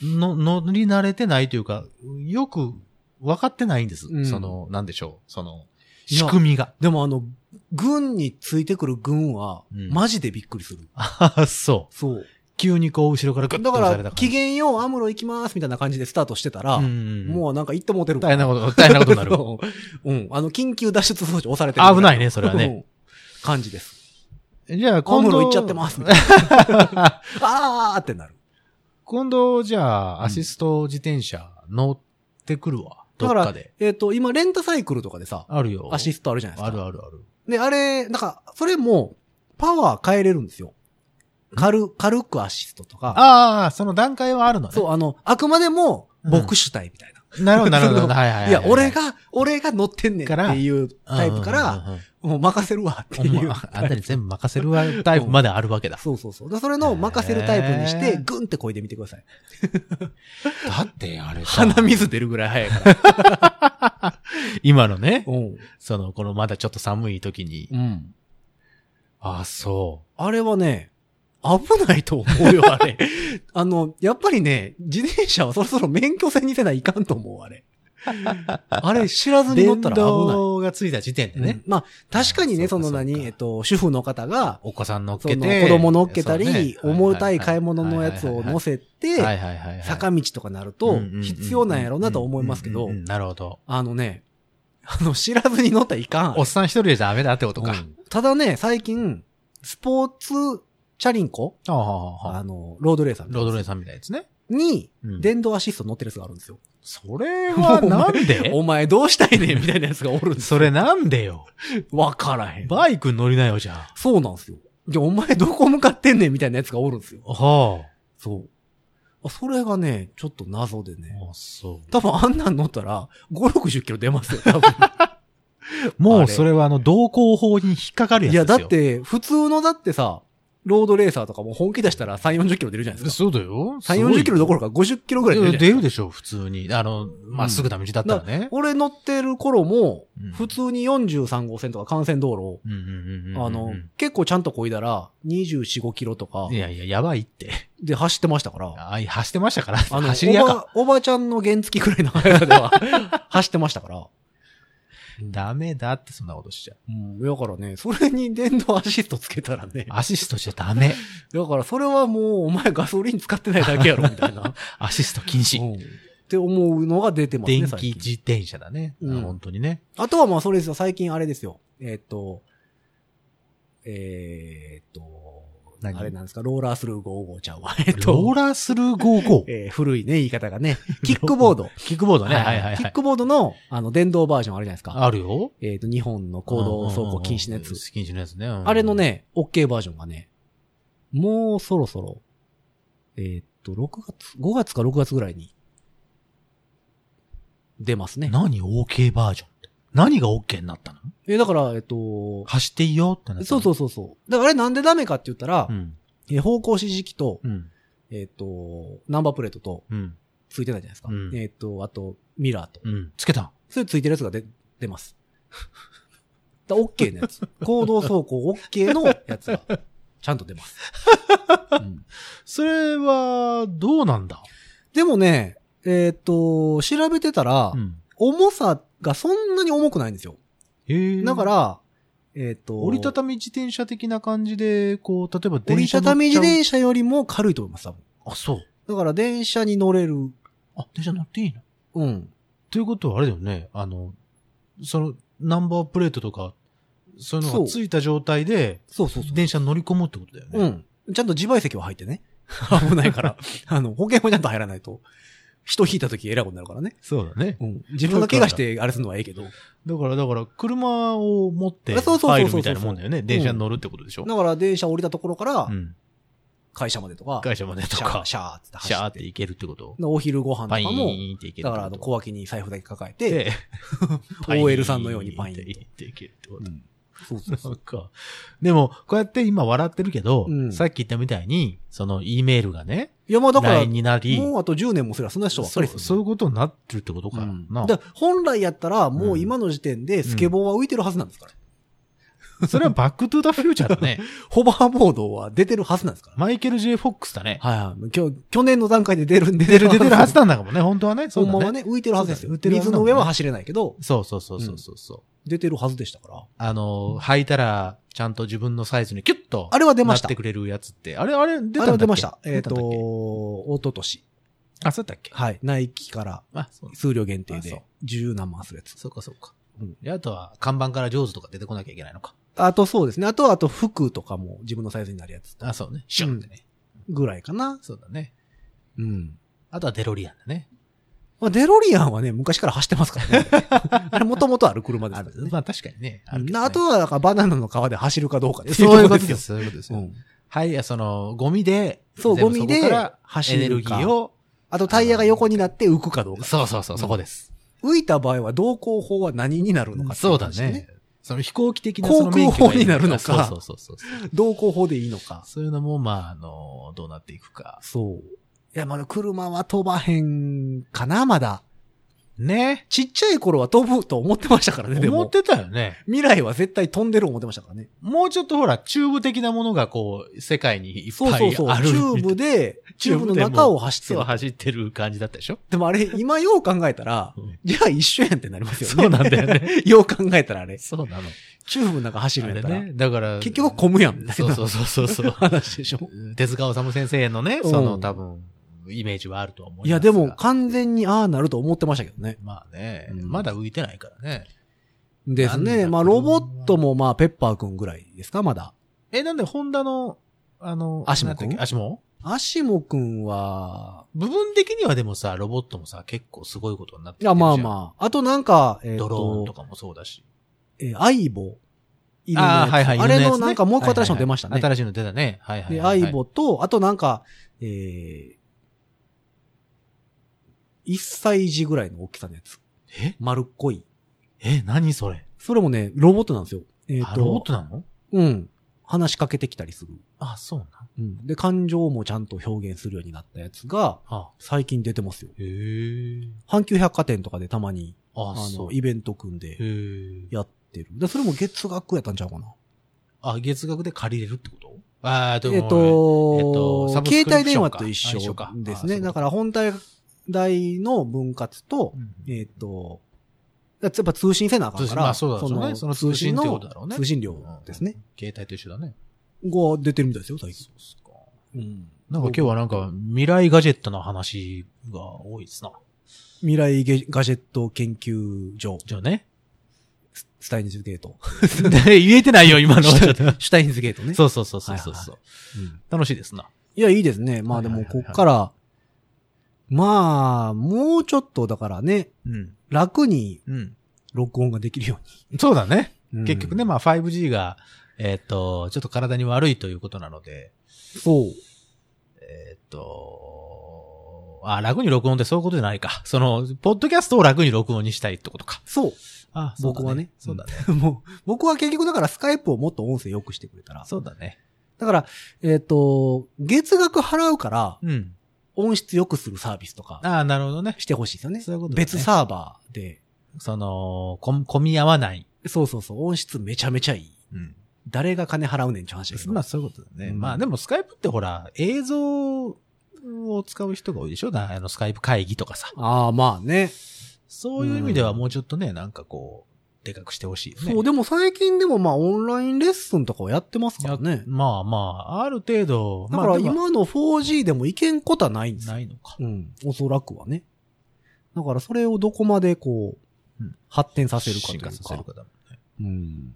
Speaker 3: の、の乗り慣れてないというか、よく分かってないんです。
Speaker 2: うん
Speaker 3: その、なんでしょう。その、
Speaker 2: いや
Speaker 3: 仕組みが。
Speaker 2: でもあの、軍についてくる軍は、
Speaker 3: うん
Speaker 2: マジでびっくりする。
Speaker 3: あそ う。
Speaker 2: そう。
Speaker 3: 急にこう、後ろからグッと
Speaker 2: だ
Speaker 3: 押され
Speaker 2: か
Speaker 3: た
Speaker 2: ら、
Speaker 3: 感
Speaker 2: 機
Speaker 3: じ。
Speaker 2: 嫌よう、アムロ行きます、みたいな感じでスタートしてたら、
Speaker 3: うん
Speaker 2: もうなんか行ってもうてる
Speaker 3: 大変なこと、大変なことになる。
Speaker 2: そううん。あの、緊急脱出装置押されてる。
Speaker 3: 危ないね、それは
Speaker 2: う
Speaker 3: ね。
Speaker 2: ん。感じです。
Speaker 3: じゃあ、
Speaker 2: コ
Speaker 3: 今
Speaker 2: ンロ
Speaker 3: 度。
Speaker 2: 行っちゃって ます。みたいなあーってなる。
Speaker 3: 今度、じゃ
Speaker 2: うん
Speaker 3: あ、アシスト自転車乗ってくるわ。ど
Speaker 2: だか
Speaker 3: っ
Speaker 2: ら
Speaker 3: かで。
Speaker 2: えっと、今、レンタサイクルとかでさ、
Speaker 3: あるよ。
Speaker 2: アシストあるじゃないですか。
Speaker 3: あるあるある。
Speaker 2: で、あれ、なんか、それも、パワー変えれるんですよ。軽、軽くアシストとか。
Speaker 3: ああ、その段階はあるのね。
Speaker 2: そう、あの、あくまでも、僕主体みたいな。
Speaker 3: なるほど、なる ほ
Speaker 2: そ
Speaker 3: ど。
Speaker 2: の
Speaker 3: はいはいはい。
Speaker 2: いや、俺、が、俺が乗ってんねんっていうタイプか
Speaker 3: うんうん
Speaker 2: ら、
Speaker 3: うんうん、
Speaker 2: もう任せるわって
Speaker 3: ほん
Speaker 2: いう
Speaker 3: ま。あんたに全部任せるわタイプまであるわけだ。
Speaker 2: そうそうそう。でそれの任せるタイプにし
Speaker 3: へ
Speaker 2: て、
Speaker 3: ー
Speaker 2: グンってこいでみてください。
Speaker 3: だって、あれさ
Speaker 2: 鼻水出るぐらい早いから。
Speaker 3: 今のね、
Speaker 2: うん。
Speaker 3: その、このまだちょっと寒い時に。
Speaker 2: うん。
Speaker 3: ああ、そ
Speaker 2: あれはね、危ないと思うよ、あれ。あの、やっぱりね、自転車はそろそろ免許制にせないかんと思う、あれ。あれ、知らず
Speaker 3: う。
Speaker 2: に乗
Speaker 3: 電
Speaker 2: ったら危ない。
Speaker 3: 動がついた時点でね。
Speaker 2: うんまあ、確かにね、そ
Speaker 3: そう
Speaker 2: の
Speaker 3: かそう
Speaker 2: 何、
Speaker 3: か
Speaker 2: えっと、主婦の方が、
Speaker 3: お子さん乗っ
Speaker 2: そ
Speaker 3: け
Speaker 2: の
Speaker 3: て。
Speaker 2: 子供乗っけた
Speaker 3: そう
Speaker 2: り
Speaker 3: ね、
Speaker 2: 重たい買い物のやつを乗せ
Speaker 3: は
Speaker 2: て、
Speaker 3: いはいはいはい。
Speaker 2: 坂道とかなると、必要なんやろうなとは思いますけど
Speaker 3: うんうんう、んなるほど。
Speaker 2: あのね、あの、知らずに乗ったらいかん。
Speaker 3: おっさん一人じゃダメだってことか。
Speaker 2: うんただね、最近、スポーツチャリンコ
Speaker 3: ああああああ
Speaker 2: あの、ロードレーサーみたい
Speaker 3: ロー
Speaker 2: な
Speaker 3: ドレーさんみたいなやつね。
Speaker 2: に、
Speaker 3: うん
Speaker 2: 電動アシスト乗ってるやつがあるんですよ。
Speaker 3: それはなんで
Speaker 2: お前どうしたいね んみたいなやつがおるんです
Speaker 3: それなんでよ。
Speaker 2: よ。わからへん。
Speaker 3: バイク乗りなよ、じゃあ。
Speaker 2: そうなんですよ。じゃあお前どこ向かってんねんみたいなやつがおるんですよ。
Speaker 3: は
Speaker 2: そう。あそれがね、ちょっと謎でね。
Speaker 3: あ。あ、そう。
Speaker 2: 多分あんなん乗ったら、5、60キロ出ますよ、 多分。
Speaker 3: も
Speaker 2: あ
Speaker 3: う
Speaker 2: れ
Speaker 3: それはあの、同行法に引っかかるや
Speaker 2: い
Speaker 3: つですよ。
Speaker 2: や、だっ。て、普通のだってさ、ロードレーサーとかも本気出したら3、40キロ出るじゃないですか。
Speaker 3: そうだよ。
Speaker 2: 3、40キロどころか50キロぐらい出るじゃないですか
Speaker 3: 出るでしょ、普通に。あの、
Speaker 2: う
Speaker 3: まあ、
Speaker 2: ん
Speaker 3: すぐダメージだったらね。
Speaker 2: 俺乗ってる頃も
Speaker 3: うん、
Speaker 2: 普通に43号線とか幹線道路、
Speaker 3: うんうんうんうんうん
Speaker 2: あの、結構ちゃんとこいだら、24、5キロとか
Speaker 3: い、やいや、やばいって。
Speaker 2: で走ってましたから、
Speaker 3: あい走ってましたから。
Speaker 2: あの、
Speaker 3: 走り屋か。
Speaker 2: おば、おばちゃんの原付くらいの速さでは 走ってましたから、
Speaker 3: ダメだって、そんなことしちゃ
Speaker 2: う
Speaker 3: う。
Speaker 2: ん、だからね、それに電動アシストつけたらね、
Speaker 3: アシストしちゃダメ。
Speaker 2: だからそれはもうお前ガソリン使ってないだけやろ、みたい な。
Speaker 3: アシスト 禁
Speaker 2: う
Speaker 3: 止。
Speaker 2: んって思うのが出てますね、
Speaker 3: 電
Speaker 2: 最
Speaker 3: 気
Speaker 2: 近
Speaker 3: 自転車だね。
Speaker 2: うん
Speaker 3: 本当にね。
Speaker 2: あとはまあそれですよ、最近あれですよ。えーっと、えーっと、
Speaker 3: 何
Speaker 2: あれなんですか、ローラースルー55ちゃうわ。えーっ
Speaker 3: ロー
Speaker 2: と、
Speaker 3: ラースルー55。
Speaker 2: えー古いね、言い方がね。キックボード。
Speaker 3: キックボードね。
Speaker 2: はい
Speaker 3: はいはい
Speaker 2: キ
Speaker 3: は
Speaker 2: ッ
Speaker 3: い。
Speaker 2: クボードの、あの、電動バージョンあるじゃないですか。
Speaker 3: あるよ。
Speaker 2: えーっと、日本の行動走行禁止のや
Speaker 3: うんうんうん
Speaker 2: つ。
Speaker 3: うん禁止のやつね。うん
Speaker 2: あれの。ね、OK バージョンがね、もうそろそろ、えーっと、6月、5月か6月ぐらいに、出ますね。
Speaker 3: 何 OK バージョンって。何が OK になったの
Speaker 2: えーだから、えーっと、
Speaker 3: 走っていいよってなった
Speaker 2: そうそうそうそう。だからあれなんでダメかって言ったら、
Speaker 3: うん。
Speaker 2: えー方向指示器と、
Speaker 3: うん。
Speaker 2: えっ、と、ナンバープレートと
Speaker 3: うん。
Speaker 2: ついてないじゃないですか。
Speaker 3: うん
Speaker 2: えっ、と、あと、ミラーと。
Speaker 3: うん。つけた。
Speaker 2: それついてるやつが出、出ます。 だ OK のやつ。行動走行 OK のやつが、ちゃんと出ます、うん
Speaker 3: それは、どうなんだ
Speaker 2: でもね、えっ、と、調べてたら、
Speaker 3: ん。
Speaker 2: 重さがそんなに重くないんですよ。
Speaker 3: へえ。
Speaker 2: だか、ら、えっ、と、
Speaker 3: 折りたたみ自転車的な感じで、こう、例えば
Speaker 2: 折
Speaker 3: 電
Speaker 2: り
Speaker 3: 車
Speaker 2: た
Speaker 3: 乗っちゃ
Speaker 2: た
Speaker 3: う
Speaker 2: み自転車よりも軽いと思います、多分。
Speaker 3: あ、そう。
Speaker 2: だから電車に乗れる。
Speaker 3: あ、電車乗っていいの
Speaker 2: うん。
Speaker 3: ということはあれだよね。あの、その、ナンバープレートとか、そういうの
Speaker 2: そ
Speaker 3: が
Speaker 2: う
Speaker 3: ついた状態で、
Speaker 2: そうそうそう。
Speaker 3: 電車乗り込むってことだよね。
Speaker 2: うん。ちゃんと自賠責は入ってね。危ないから。あの、保険もちゃんと入らないと。人引いた時偉いことになるからね。
Speaker 3: そうだね。
Speaker 2: うん。自分が怪我してあれするのはええけど。
Speaker 3: だから、だから、車を持って
Speaker 2: あそうそうそうそう
Speaker 3: 入るみたいなもんだよね。電車に乗るってことでしょ。
Speaker 2: だから電車降りたところから
Speaker 3: う、ん。
Speaker 2: 会社までとか、
Speaker 3: 会社までと
Speaker 2: シャ
Speaker 3: か
Speaker 2: ー、、シャーっつって走
Speaker 3: シャー
Speaker 2: っ。
Speaker 3: ってて行けるってこと
Speaker 2: でお昼ご飯と
Speaker 3: パイ
Speaker 2: かも、
Speaker 3: ーンって行ける
Speaker 2: だからあ
Speaker 3: って
Speaker 2: の
Speaker 3: こ
Speaker 2: 小脇に財布だけ抱え
Speaker 3: と
Speaker 2: て、
Speaker 3: で
Speaker 2: OL さんのようにパインっ
Speaker 3: っ
Speaker 2: てて
Speaker 3: 行っていけるってこ
Speaker 2: うんそうそう
Speaker 3: と。なんか、でも、こうやって今笑ってるけど、
Speaker 2: うん
Speaker 3: さっき言ったみたいに、その E メールがね、
Speaker 2: いや、まあだから
Speaker 3: LINE、になり、
Speaker 2: もうあと10年もすればそんな人ばっか
Speaker 3: そ
Speaker 2: り
Speaker 3: う
Speaker 2: ですよ
Speaker 3: そういうことになってるってことか
Speaker 2: う
Speaker 3: な。
Speaker 2: んだから本来やったら、もう今の時点でスケボーは浮いてるはずなんですから。
Speaker 3: それはバックトゥーザフューチャー だね。
Speaker 2: ホバーボードは出てるはずなんですから。
Speaker 3: マイケル・ J ・フォックスだね。
Speaker 2: はいはい。きょ去年の段階で出るんで
Speaker 3: 出てる出てるは ず
Speaker 2: だ。
Speaker 3: なんだかもんね、本当はね。そ
Speaker 2: ほ
Speaker 3: うん
Speaker 2: ま
Speaker 3: だ
Speaker 2: は
Speaker 3: ね。
Speaker 2: ね、浮いてるはずですよ。
Speaker 3: そうだね浮いてるはず
Speaker 2: 水
Speaker 3: な
Speaker 2: の
Speaker 3: の
Speaker 2: 上は走れないけど、
Speaker 3: そうそうそうそうそうそう。
Speaker 2: 出てるはずでしたから。
Speaker 3: あの、履いたら、ちゃんと自分のサイズにキュッと、
Speaker 2: あれは出ました
Speaker 3: なってくれるやつって。あれ、あれ、出たん
Speaker 2: あ
Speaker 3: だっけ
Speaker 2: の出ました。えっ、
Speaker 3: 出
Speaker 2: と
Speaker 3: たんだっけ
Speaker 2: おととし。
Speaker 3: あ、そうだったっけ
Speaker 2: はい。ナイキから
Speaker 3: あ、そう
Speaker 2: 数量限定
Speaker 3: あそう
Speaker 2: で、十何万するやつ。
Speaker 3: そうかそうか。
Speaker 2: うん
Speaker 3: で、あとは、看板から上手とか出てこなきゃいけないのか。
Speaker 2: あとそうですね。あと、あと服とかも自分のサイズになるやつ
Speaker 3: あ、そうね。シュンってね。
Speaker 2: ぐらいかな。
Speaker 3: そうだね。
Speaker 2: うん。
Speaker 3: あとはデロリアンだね。
Speaker 2: まあ、デロリアンはね、昔から走ってます からね。あれもともとある車です
Speaker 3: あ
Speaker 2: か
Speaker 3: る
Speaker 2: らね。
Speaker 3: まあ確かにね。あるけど
Speaker 2: あ
Speaker 3: ね
Speaker 2: とは、だからバナナの皮で走るかどうかって
Speaker 3: そういうことで
Speaker 2: よ
Speaker 3: す。。そういうことです
Speaker 2: う
Speaker 3: よ。
Speaker 2: ん。
Speaker 3: はい、その、ゴミで、
Speaker 2: そう、
Speaker 3: 全
Speaker 2: ゴ
Speaker 3: 部
Speaker 2: ミ
Speaker 3: そ
Speaker 2: で
Speaker 3: こから
Speaker 2: 走
Speaker 3: エ
Speaker 2: るか。
Speaker 3: ネルギー。を、
Speaker 2: あとタイヤが横になって浮くかどうか。
Speaker 3: そうそうそう、そこです。
Speaker 2: 浮いた場合は動向法は何になるのかってい
Speaker 3: そうだ
Speaker 2: 話
Speaker 3: ね。。その飛行機的な
Speaker 2: 航空
Speaker 3: その免許がい
Speaker 2: 法になるのか
Speaker 3: そうそうそうそう。
Speaker 2: 動向法でいいのか。
Speaker 3: そういうのも、まあ、あの、どうなっていくか。
Speaker 2: そう。いや、まだ車は飛ばへんかな、まだ。
Speaker 3: ね。
Speaker 2: ちっちゃい頃は飛ぶと思ってましたからね、で
Speaker 3: 思っ
Speaker 2: も。
Speaker 3: てたよね。
Speaker 2: 未来は絶対飛んでる思ってましたからね。
Speaker 3: もうちょっとほら、チューブ的なものがこう、世界にいっ
Speaker 2: そう
Speaker 3: ぱ
Speaker 2: そう
Speaker 3: い
Speaker 2: そう。
Speaker 3: ある。
Speaker 2: チューブ
Speaker 3: で。
Speaker 2: で、 チ
Speaker 3: チ
Speaker 2: ュ
Speaker 3: ュ
Speaker 2: ー
Speaker 3: ー
Speaker 2: ブ
Speaker 3: ブで
Speaker 2: の中を走って
Speaker 3: そう、
Speaker 2: る。
Speaker 3: 走ってる感じだったで しょ
Speaker 2: でもあれ、今よう考えたら、
Speaker 3: うん
Speaker 2: じゃあ一緒やんってなりますよね。
Speaker 3: そうなんだよね。
Speaker 2: よう考えたらあれ。
Speaker 3: そうなの。
Speaker 2: チューブの中走るんやった
Speaker 3: あ
Speaker 2: ら。
Speaker 3: れね。だから、
Speaker 2: 結局混むやん、みたい
Speaker 3: そう
Speaker 2: な
Speaker 3: そうそうそ うそう。
Speaker 2: 話でしょ。
Speaker 3: 手塚治虫先生のね、
Speaker 2: うん
Speaker 3: その多分、イメージはあるとは思います
Speaker 2: いや、
Speaker 3: が
Speaker 2: でも、完全にああなると思ってましたけどね。
Speaker 3: まあね、
Speaker 2: うん
Speaker 3: まだ浮いてないからね。
Speaker 2: です
Speaker 3: なん
Speaker 2: ね。
Speaker 3: だ
Speaker 2: まあ、ロボットもまあ、ペッパーくんぐらいですか、まだ。
Speaker 3: え、なんでホンダの、あの、
Speaker 2: アシモ
Speaker 3: なんだっけ
Speaker 2: 君
Speaker 3: アシモ
Speaker 2: アシモくんは、
Speaker 3: 部分的にはでもさ、ロボットもさ、結構すごいことになって
Speaker 2: い
Speaker 3: きてる
Speaker 2: や、
Speaker 3: じゃん
Speaker 2: まあまあ。あとなんか、えっ、
Speaker 3: ドローンと
Speaker 2: と、
Speaker 3: かもそうだし。
Speaker 2: えーアイボ。犬のやつ
Speaker 3: ああ、はいはい。
Speaker 2: あ
Speaker 3: 犬
Speaker 2: れ
Speaker 3: やつ
Speaker 2: の
Speaker 3: ね
Speaker 2: なんかもう一個新しいの出ましたね。
Speaker 3: はいはいはい新しいの出たね。はいはい
Speaker 2: で、
Speaker 3: は
Speaker 2: ア
Speaker 3: い。
Speaker 2: イボと、あとなんか、えー、1歳児ぐらいの大きさのやつ。
Speaker 3: え
Speaker 2: 丸っこい。
Speaker 3: え、何それ
Speaker 2: それもね、ロボットなんですよ。えっ、
Speaker 3: あ
Speaker 2: と、
Speaker 3: ロボットなの
Speaker 2: うん。話しかけてきたりする。
Speaker 3: あ、そうな。
Speaker 2: うん。で、感情もちゃんと表現するようになったやつが、
Speaker 3: あ、
Speaker 2: 最近出てますよ。
Speaker 3: へえ。
Speaker 2: 阪急百貨店とかでたまに、
Speaker 3: あ、
Speaker 2: あ
Speaker 3: そ
Speaker 2: の、
Speaker 3: う。
Speaker 2: イベント組んで
Speaker 3: へえ。
Speaker 2: やってる。で、それも月額やったんちゃうかな。
Speaker 3: あ、月額で借りれるってことああ、でも
Speaker 2: えっ
Speaker 3: えっ
Speaker 2: と
Speaker 3: と、サブスクリプショ
Speaker 2: 携帯
Speaker 3: ンか
Speaker 2: 電話と一
Speaker 3: あ一緒
Speaker 2: 緒
Speaker 3: か
Speaker 2: です
Speaker 3: あそういう
Speaker 2: ね。
Speaker 3: こと
Speaker 2: だから本体代の分割と、えっと、やっぱ通信せなあかん
Speaker 3: 通
Speaker 2: か
Speaker 3: 信
Speaker 2: ら、
Speaker 3: まあそうだろうね。その通信ってことだろうね。
Speaker 2: 通信料ですね。
Speaker 3: 携帯と一緒だね。
Speaker 2: が出てるみたいですよ、最近。
Speaker 3: そうっすか。
Speaker 2: うん。
Speaker 3: なんか今日はなんか未来ガジェットの話が多いですな。
Speaker 2: 未来ゲガジェット研究所、
Speaker 3: じゃ あね。
Speaker 2: スタインズゲー ト。
Speaker 3: 言えてないよ、今のは。
Speaker 2: シュタインズゲートね。
Speaker 3: そうそうそうそうそう。
Speaker 2: はいはいうん
Speaker 3: 楽しいですな。
Speaker 2: いや、いいですね。まあでも、こっから、まあ、もうちょっとだからね、
Speaker 3: うん。
Speaker 2: 楽に
Speaker 3: うん。
Speaker 2: 録音ができるよ
Speaker 3: そうだね。
Speaker 2: うに。
Speaker 3: 結局ね、
Speaker 2: うん
Speaker 3: まあ 5G が、えっと、ちょっと体に悪いということなので、
Speaker 2: そう。
Speaker 3: えっと、あ、楽に録音ってそういうことじゃないか。その、ポッドキャストを楽に録音にしたいってことか。
Speaker 2: そう。
Speaker 3: あそうだ
Speaker 2: 僕はね。
Speaker 3: そうだね。
Speaker 2: うん。もう、僕は結局だからスカイプをもっと音声良くしてくれたら。
Speaker 3: そうだね。
Speaker 2: だから、えっ、と、月額払うから
Speaker 3: うん。
Speaker 2: 音質良くするサービスとか
Speaker 3: ああ、なるほどね。
Speaker 2: してほしいですよね。
Speaker 3: そういうことだね
Speaker 2: 別サーバーで。
Speaker 3: その、こん、混み合わない。
Speaker 2: そうそうそう、音質めちゃめちゃいい。
Speaker 3: うん。
Speaker 2: 誰が金払うねんって話ですけど。
Speaker 3: まあそういうことだね。
Speaker 2: うん
Speaker 3: まあでもスカイプってほら、映像を使う人が多いでしょだあのスカイプ会議とかさ。
Speaker 2: ああ、まあね。
Speaker 3: そういう意味ではもうちょっとね、なんかこう、でかくしてほしいよね。
Speaker 2: そう、でも最近でもまあオンラインレッスンとかをやってますからね。
Speaker 3: まあまあ、ある程度、
Speaker 2: だから
Speaker 3: まあでも
Speaker 2: 今の 4G でもいけんことはないんですよ。
Speaker 3: ないのか。
Speaker 2: うん、おそらくはね。だからそれをどこまでこう、
Speaker 3: うん
Speaker 2: 発展させるかという
Speaker 3: 進化させる
Speaker 2: か。
Speaker 3: かだもんね。
Speaker 2: うん。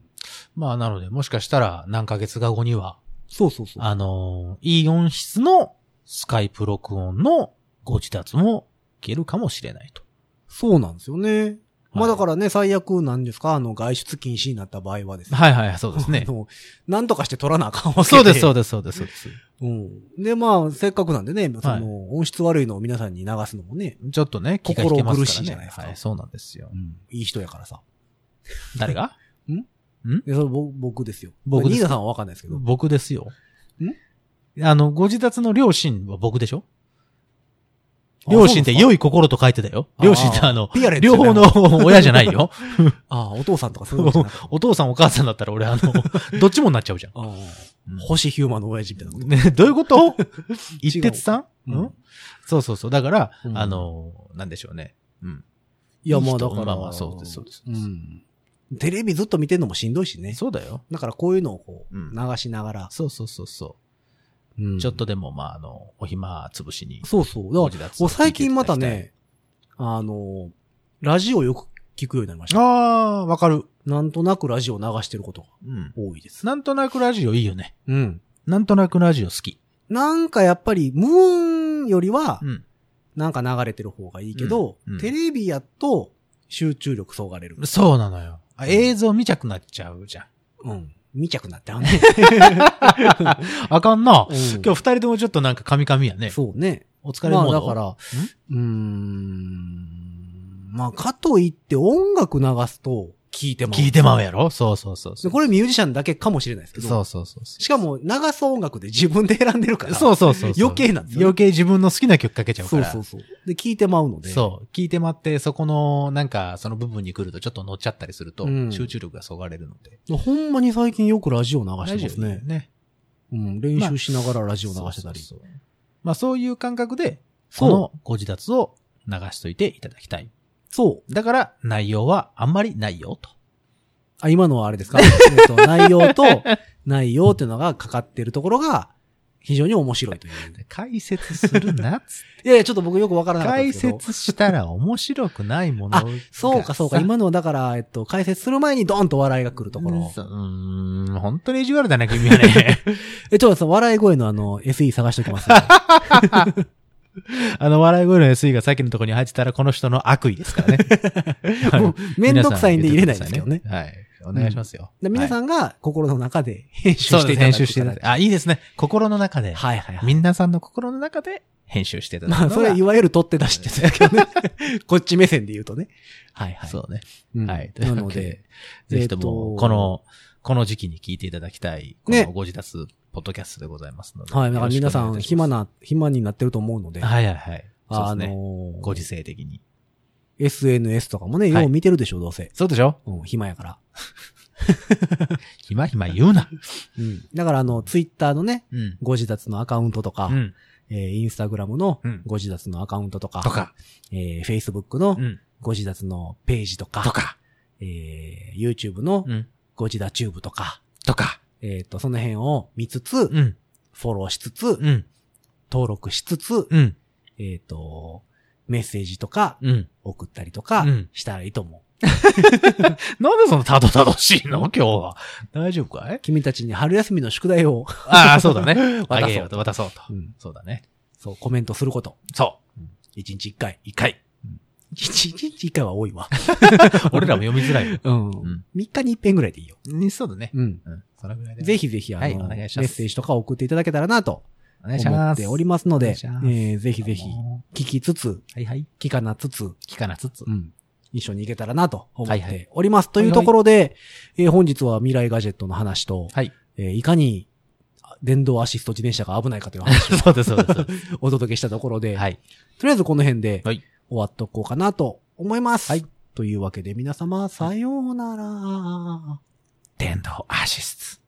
Speaker 3: まあなので、もしかしたら何ヶ月か後には、
Speaker 2: そうそうそう。
Speaker 3: あのー、いい音質のスカイプ録音のご自宅もけるかもしれないと。
Speaker 2: そうなんですよね。まあ
Speaker 3: はい
Speaker 2: だからね、最悪なんですかあの、外出禁止になった場合はですね。
Speaker 3: はいはい、そ うですね
Speaker 2: あ。のなんとかして取らなあかんわけ
Speaker 3: そうです、そう
Speaker 2: で
Speaker 3: です、そうです、そうです。
Speaker 2: す。うん。で、まあ、せっかくなんでね、その、音質悪いのを皆さんに流すのもね、
Speaker 3: ちょっとね、気が引けますから
Speaker 2: 心苦
Speaker 3: ね。
Speaker 2: しいじゃないですか
Speaker 3: はい、そうなんですよ。
Speaker 2: いい人やからさ。
Speaker 3: 誰が
Speaker 2: で、それ僕僕ですよ。
Speaker 3: 僕です
Speaker 2: ニーナさんはわかんないですけど。
Speaker 3: 僕ですよ。あの、ご自宅の両親は僕でしょ両親って良
Speaker 2: い。
Speaker 3: い心と書いてたよ。両親ってあの、
Speaker 2: ピアレ ンツじ
Speaker 3: 両
Speaker 2: ゃない
Speaker 3: 方の親じゃないよ。
Speaker 2: ああ、お父さんとかそういうのじゃ なくて
Speaker 3: お父さんお母さんだったら俺あ の、どっちもになっちゃうじゃん。
Speaker 2: ああ
Speaker 3: うん
Speaker 2: 星ヒューマンの親父みたいなこと。
Speaker 3: ね、どういうこと 一徹さん、
Speaker 2: 違ううん
Speaker 3: そうそうそう。だから、
Speaker 2: うん
Speaker 3: あの、なんでしょうね。うん。
Speaker 2: いや、
Speaker 3: いい
Speaker 2: まあ
Speaker 3: 人
Speaker 2: だから。
Speaker 3: まあまあそうですそうですそうです
Speaker 2: ん。テレビずっと見てんのもしんどいしね。
Speaker 3: そうだよ。
Speaker 2: だからこういうのをこう、
Speaker 3: うん
Speaker 2: 流しながら、
Speaker 3: そうそうそうそう。
Speaker 2: うん
Speaker 3: ちょっとでも、まあ、あの、お暇潰しに。
Speaker 2: そうそう。だ
Speaker 3: ご
Speaker 2: か
Speaker 3: 自
Speaker 2: ら、
Speaker 3: 立
Speaker 2: も
Speaker 3: を
Speaker 2: う
Speaker 3: 聞
Speaker 2: 最
Speaker 3: いてい
Speaker 2: 近
Speaker 3: ただ
Speaker 2: また
Speaker 3: きたい
Speaker 2: ね、あの、ラジオよく聞くようになりました。
Speaker 3: ああー、わかる。
Speaker 2: なんとなくラジオ流してることが
Speaker 3: うん。
Speaker 2: 多いです。
Speaker 3: なんとなくラジオいいよね。
Speaker 2: うん。
Speaker 3: なんとなくラジオ好き。
Speaker 2: なんかやっぱり、ムーンよりは、
Speaker 3: ん。
Speaker 2: なんか流れてる方がいいけど、
Speaker 3: うんうん
Speaker 2: テレビやと集中力そがれる。
Speaker 3: そうなのよ。あ映像見ちゃくなっちゃうじゃん。
Speaker 2: うん。見ちゃくなってあんね。
Speaker 3: あかんな。
Speaker 2: うん
Speaker 3: 今日二人ともちょっとなんかカミカミやね。
Speaker 2: そうね。
Speaker 3: お疲れ
Speaker 2: ま
Speaker 3: モ
Speaker 2: あ
Speaker 3: ー
Speaker 2: だ
Speaker 3: ド。
Speaker 2: から、うーん。まあかといって音楽流すと聞いてまう。
Speaker 3: 聞いてまうやろそうそうそうそ
Speaker 2: で
Speaker 3: う。
Speaker 2: これミュージシャンだけかもしれないですけど。
Speaker 3: そうそうそうそう。
Speaker 2: しかも、流す音楽で自分で選んでるから。
Speaker 3: そうそうそうそう。
Speaker 2: 余計なんですよね
Speaker 3: 余計自分の好きな曲かけちゃうか
Speaker 2: そう
Speaker 3: ら。
Speaker 2: そうそう。で、聞いてまうので。
Speaker 3: そう。聞いて待って、そこの、なんか、その部分に来るとちょっと乗っちゃったりすると、
Speaker 2: うん
Speaker 3: 集中力がそがれるので。
Speaker 2: ほんまに最近よくラジオ流してます
Speaker 3: ラジ
Speaker 2: ね
Speaker 3: オ。ね。
Speaker 2: うん。練習しながらラジオ流してたり。
Speaker 3: そうそうそうまあそういう感覚で、
Speaker 2: そ
Speaker 3: こ
Speaker 2: う
Speaker 3: のご自立を流しといていただきたい。
Speaker 2: そう。
Speaker 3: だから、内容はあんまりないよ、と。
Speaker 2: あ、今のはあれ ですかえっと、内容と、内容っていうのがかかってるところが、非常に面白いという。
Speaker 3: 解説するな、つって
Speaker 2: いやいや、ちょっと僕よくわからなかったで
Speaker 3: 解
Speaker 2: すけど。
Speaker 3: 説したら面白くないもの
Speaker 2: あそうか、そうか。今のはだから、えっと、解説する前にドーンと笑いが来るとこ
Speaker 3: う
Speaker 2: ろ。
Speaker 3: ん、そううーん本当に意地悪だな、君はね。
Speaker 2: え、ちょっとさ、笑い声のあの、SE 探しときます、
Speaker 3: あの、笑い声の SE がさっきのところに入ってたら、この人の悪意で すからね。はい
Speaker 2: もうめんどくさいんで入れないですけどね。。
Speaker 3: 皆さん入れてくださいはい。お願いしますよ。
Speaker 2: で皆
Speaker 3: はい
Speaker 2: さんが心の中で編集
Speaker 3: そう
Speaker 2: し
Speaker 3: で
Speaker 2: て
Speaker 3: す
Speaker 2: いただく
Speaker 3: 編集していただいて。あ、いいですね。心の中で。
Speaker 2: はいはいはい。
Speaker 3: みんなさんの心の中で編集していただく
Speaker 2: ま
Speaker 3: の
Speaker 2: あ、
Speaker 3: が。
Speaker 2: それいわゆる取って出しってやつ だけどね。こっち目線で言うとね。はいはい。
Speaker 3: そうね。
Speaker 2: うん
Speaker 3: はい。とい
Speaker 2: な
Speaker 3: う
Speaker 2: の
Speaker 3: わけ
Speaker 2: で
Speaker 3: で、、ぜひと
Speaker 2: えっと
Speaker 3: も、この、この時期に聞いていただきたい、こ
Speaker 2: ね
Speaker 3: のご自立ポッドキャストでございますので。
Speaker 2: はい。だから
Speaker 3: よろ
Speaker 2: 皆
Speaker 3: しく
Speaker 2: さ
Speaker 3: お願いい
Speaker 2: ん、
Speaker 3: たし
Speaker 2: 暇
Speaker 3: ます。
Speaker 2: な、暇になってると思うので、
Speaker 3: はいはいはい。そ
Speaker 2: あ
Speaker 3: うです
Speaker 2: の
Speaker 3: ね。
Speaker 2: ー
Speaker 3: ご時世的に。
Speaker 2: SNS とかもね、
Speaker 3: はい
Speaker 2: よう見てるでしょ、どうせ。
Speaker 3: そうでしょ
Speaker 2: うん、暇やから。
Speaker 3: 暇暇言うな。
Speaker 2: うん。だから、あの、ツイッターのね、
Speaker 3: うん。
Speaker 2: ご自立のアカウントとか
Speaker 3: う、ん。
Speaker 2: えーインスタグラムの
Speaker 3: うん
Speaker 2: ご自立のアカウントとか、
Speaker 3: とか。
Speaker 2: えー、Facebook の
Speaker 3: うん。
Speaker 2: ご自立のページとか、
Speaker 3: とか。
Speaker 2: えー、YouTube の
Speaker 3: うん。
Speaker 2: ゴジダチューブとか、
Speaker 3: とか。
Speaker 2: えっ、と、その辺を見つつ、
Speaker 3: うん。
Speaker 2: フォローしつつ、
Speaker 3: うん。
Speaker 2: 登録しつつ、
Speaker 3: うん。
Speaker 2: えっ、と、メッセージとか
Speaker 3: うん。
Speaker 2: 送ったりとか
Speaker 3: うん
Speaker 2: したらいいと思う。
Speaker 3: なんでそのたどたどしいの今日は。大丈夫かい
Speaker 2: 君たちに春休みの宿題を、。
Speaker 3: ああ、そうだ
Speaker 2: 渡そ
Speaker 3: ね
Speaker 2: う
Speaker 3: あげようと、渡そうと。
Speaker 2: うん
Speaker 3: そうだね。
Speaker 2: そう、コメントすること。
Speaker 3: そう。
Speaker 2: 一日一回。
Speaker 3: 一回。
Speaker 2: 一日一回は多いわ。
Speaker 3: 俺らも読みづら いよ。
Speaker 2: うん。
Speaker 3: ん
Speaker 2: 三日に一遍ぐらいでいいよ。
Speaker 3: にそうだね。
Speaker 2: うん。
Speaker 3: うん。そのぐらいで。
Speaker 2: ぜ。ひぜひ、あの、
Speaker 3: はいお
Speaker 2: メ
Speaker 3: 願
Speaker 2: ッ
Speaker 3: いします
Speaker 2: セージとか送っていただけたらなと
Speaker 3: お願いし
Speaker 2: 思
Speaker 3: ま
Speaker 2: っ
Speaker 3: す。
Speaker 2: ておりますの
Speaker 3: お願
Speaker 2: で
Speaker 3: いしま、す
Speaker 2: えーぜひぜひ、聞きつつ、
Speaker 3: はいはい。
Speaker 2: 聞かなつつ、
Speaker 3: 聞かなつつ
Speaker 2: う。ん。一緒に行けたらなと思っ
Speaker 3: はいは
Speaker 2: て
Speaker 3: い
Speaker 2: おります。というところで、えー本日は未来ガジェットの話と、
Speaker 3: はい。
Speaker 2: えーいかに電動アシスト自転車が危ないかという話
Speaker 3: そうです、そうですそう で
Speaker 2: を お届けしたところで、
Speaker 3: す。はい。
Speaker 2: とりあえずこの辺で
Speaker 3: はい
Speaker 2: 終わっとこうかなと思います。というわけで皆様、さようなら。
Speaker 3: 電動アシスト。